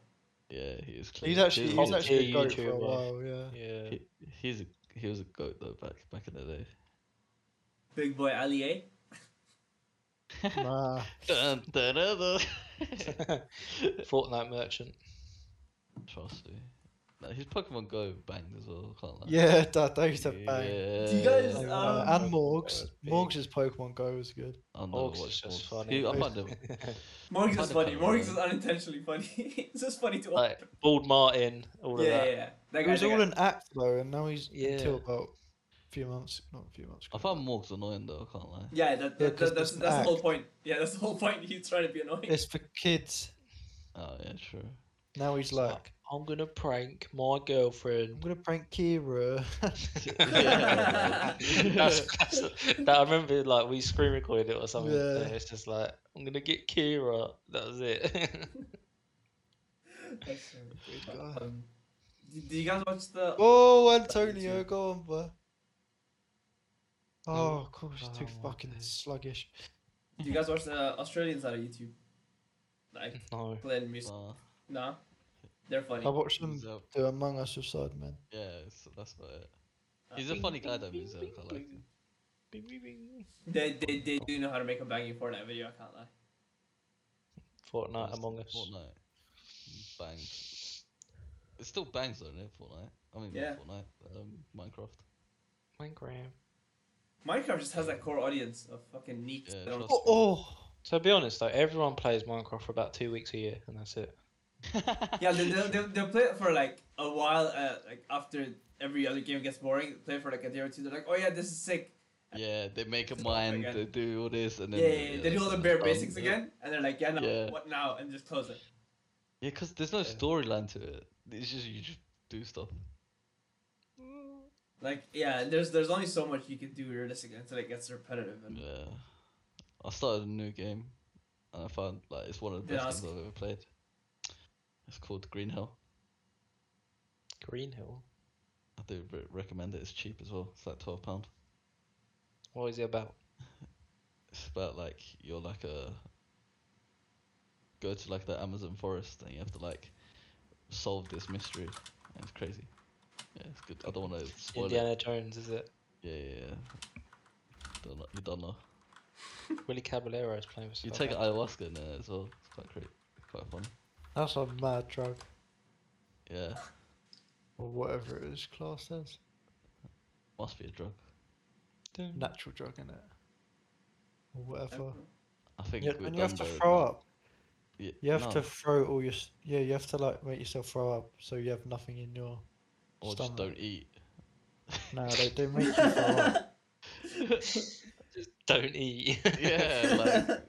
Yeah, he is clean.
he's actually
He's
he's
a
actually a
key
goat for a
YouTuber.
while. Yeah.
Yeah.
He, he's a, he was a goat though back back in the day.
Big boy Ali A.
Nah.
Dun, dun, dun, dun.
Fortnite merchant.
Trust me. Nah, his Pokemon Go banged as well. Can't lie.
Yeah, that they used to bang.
Do you guys,
Yeah.
um,
Uh,
Oh,
and Morgs.
God, big.
Morgs' Pokemon Go is good.
I know
Orcs
what
is Oh, just
Morgs-
funny.
He, I find him.
Morgs is
Kinda
funny.
kinda, yeah.
Morgs is unintentionally funny. it's just funny to all.
like Bald Martin, all
yeah,
of that.
yeah, yeah. That
It
guy,
was
that
all
guy.
an act though, and now he's
Yeah.
until about a few months, not a few months.
I
ago.
find Morgs annoying though. I can't lie.
Yeah, that, that,
'cause
that, that's
it's an
that's the whole
act.
point. Yeah, that's the whole point. He's trying to be annoying.
It's for kids.
Oh yeah, true.
Now he's
It's
like,
like, I'm gonna prank my
I'm
girlfriend.
gonna prank Kira.
Yeah.
That's- that's- that I remember, like we screen recorded it or something.
Yeah.
and It's just like I'm gonna get Kira. That was it.
That's so weird.
God.
Um, do- do you guys watch the?
oh, Antonio,
too.
go on, boy. Oh, of course, he's too
oh,
fucking
okay.
sluggish.
Do you guys watch the Australian side of YouTube? Like
no.
Glenn Music?
Nah,
Nah, they're funny.
I watched them
he's a-
do Among Us with Sidemen.
yeah, so that's about it.
Uh,
He's a funny guy though, Mizel. I like him.
They, they, they do know how to make a banging Fortnite video. I can't lie.
Fortnite
Honestly,
Among Us.
Fortnite. Bangs. It still bangs though, isn't it? Fortnite. I mean,
Yeah.
not Fortnite. but, Um, Minecraft.
Minecraft.
Minecraft just has that core audience of fucking neeks.
Yeah,
that don't-
trust
Oh, oh,
So be honest though, everyone plays Minecraft for about two weeks a year, and that's it.
yeah, they, they'll, they'll, they'll play it for like a while. Uh, like after every other game gets boring, they play it for like a day or two. They're like, oh yeah, this is sick.
Yeah, they make a
Stop
mine,
again.
they do all this, and
Yeah,
then
yeah, yeah. they do all the bare
um,
basics
yeah.
again, and they're like, yeah, no,
Yeah.
what now? And just close it.
Yeah, because there's no
Yeah.
storyline to it. It's just you just do stuff.
Like yeah, there's there's only so much you can do realistically until it gets repetitive. And
Yeah, I started a new game, and I found like it's one of the
Did I
best
ask-
games I've ever played. It's called Green Hell.
Green Hill.
I do re- recommend it. It's cheap as well. It's like twelve pound.
What is it about?
It's about like you're like a go to like the Amazon forest, and you have to like solve this mystery. And it's crazy. Yeah, it's good. I don't want to spoil it.
Indiana Jones, is it?
Yeah, yeah, yeah. Don't know, you don't know.
Willie Caballero is playing for
You
South
take
Africa.
ayahuasca in there as well. It's quite great. It's quite fun.
that's a mad drug
Yeah,
or whatever it is. Class says
must be a drug.
Dun.
natural drug in it or whatever.
I think.
Yeah,
we're
and you have
done
to
there,
throw
but-
up.
Yeah,
You have
no,
to throw all your s- yeah. You have to like make yourself throw up, so you have nothing in your.
Or just
stomach.
don't eat.
No, they, they make you throw up.
Don't eat.
yeah, like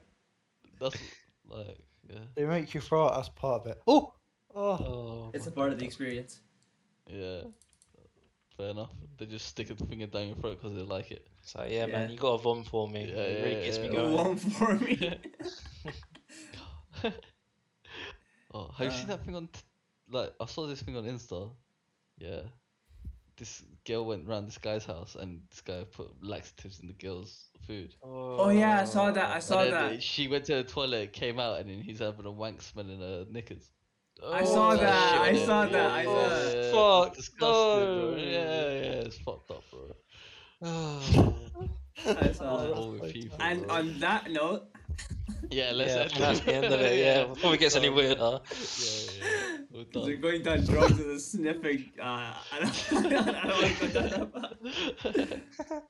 that's like yeah,
They make you throw up as part of it. Oh, oh,
oh,
it's a
my
part of
God.
the experience.
yeah. Fair enough. They just stick a finger down your throat because they like it.
So yeah, man,
Yeah.
you got a vom for me.
Yeah,
it really
yeah,
gets me
yeah.
going.
One for me.
Oh, have you seen
Uh.
that thing on? T- like I saw this thing on Insta. Yeah, this girl went round this guy's house and this guy put laxatives in the girl's food.
Oh yeah, I saw that. I saw
and then
that.
uh, She went to the toilet, came out, and then he's having a wank smell in her knickers.
I saw
Oh,
that, I
shit.
saw that, I saw that.
yeah,
Fuck,
it's disgusting, bro.
no.
Yeah, yeah, it's fucked up, bro.
Oh.
I saw
What's
that.
wrong with people,
And
bro?
on that note,
yeah,
yeah,
let's
I
end
think that's the end of it. Yeah, before it gets any
Sorry.
weirder.
Yeah, yeah, yeah. We're
they're
done.
going down drugs and sniffing. Uh, I don't, I don't, I don't want to go down that path.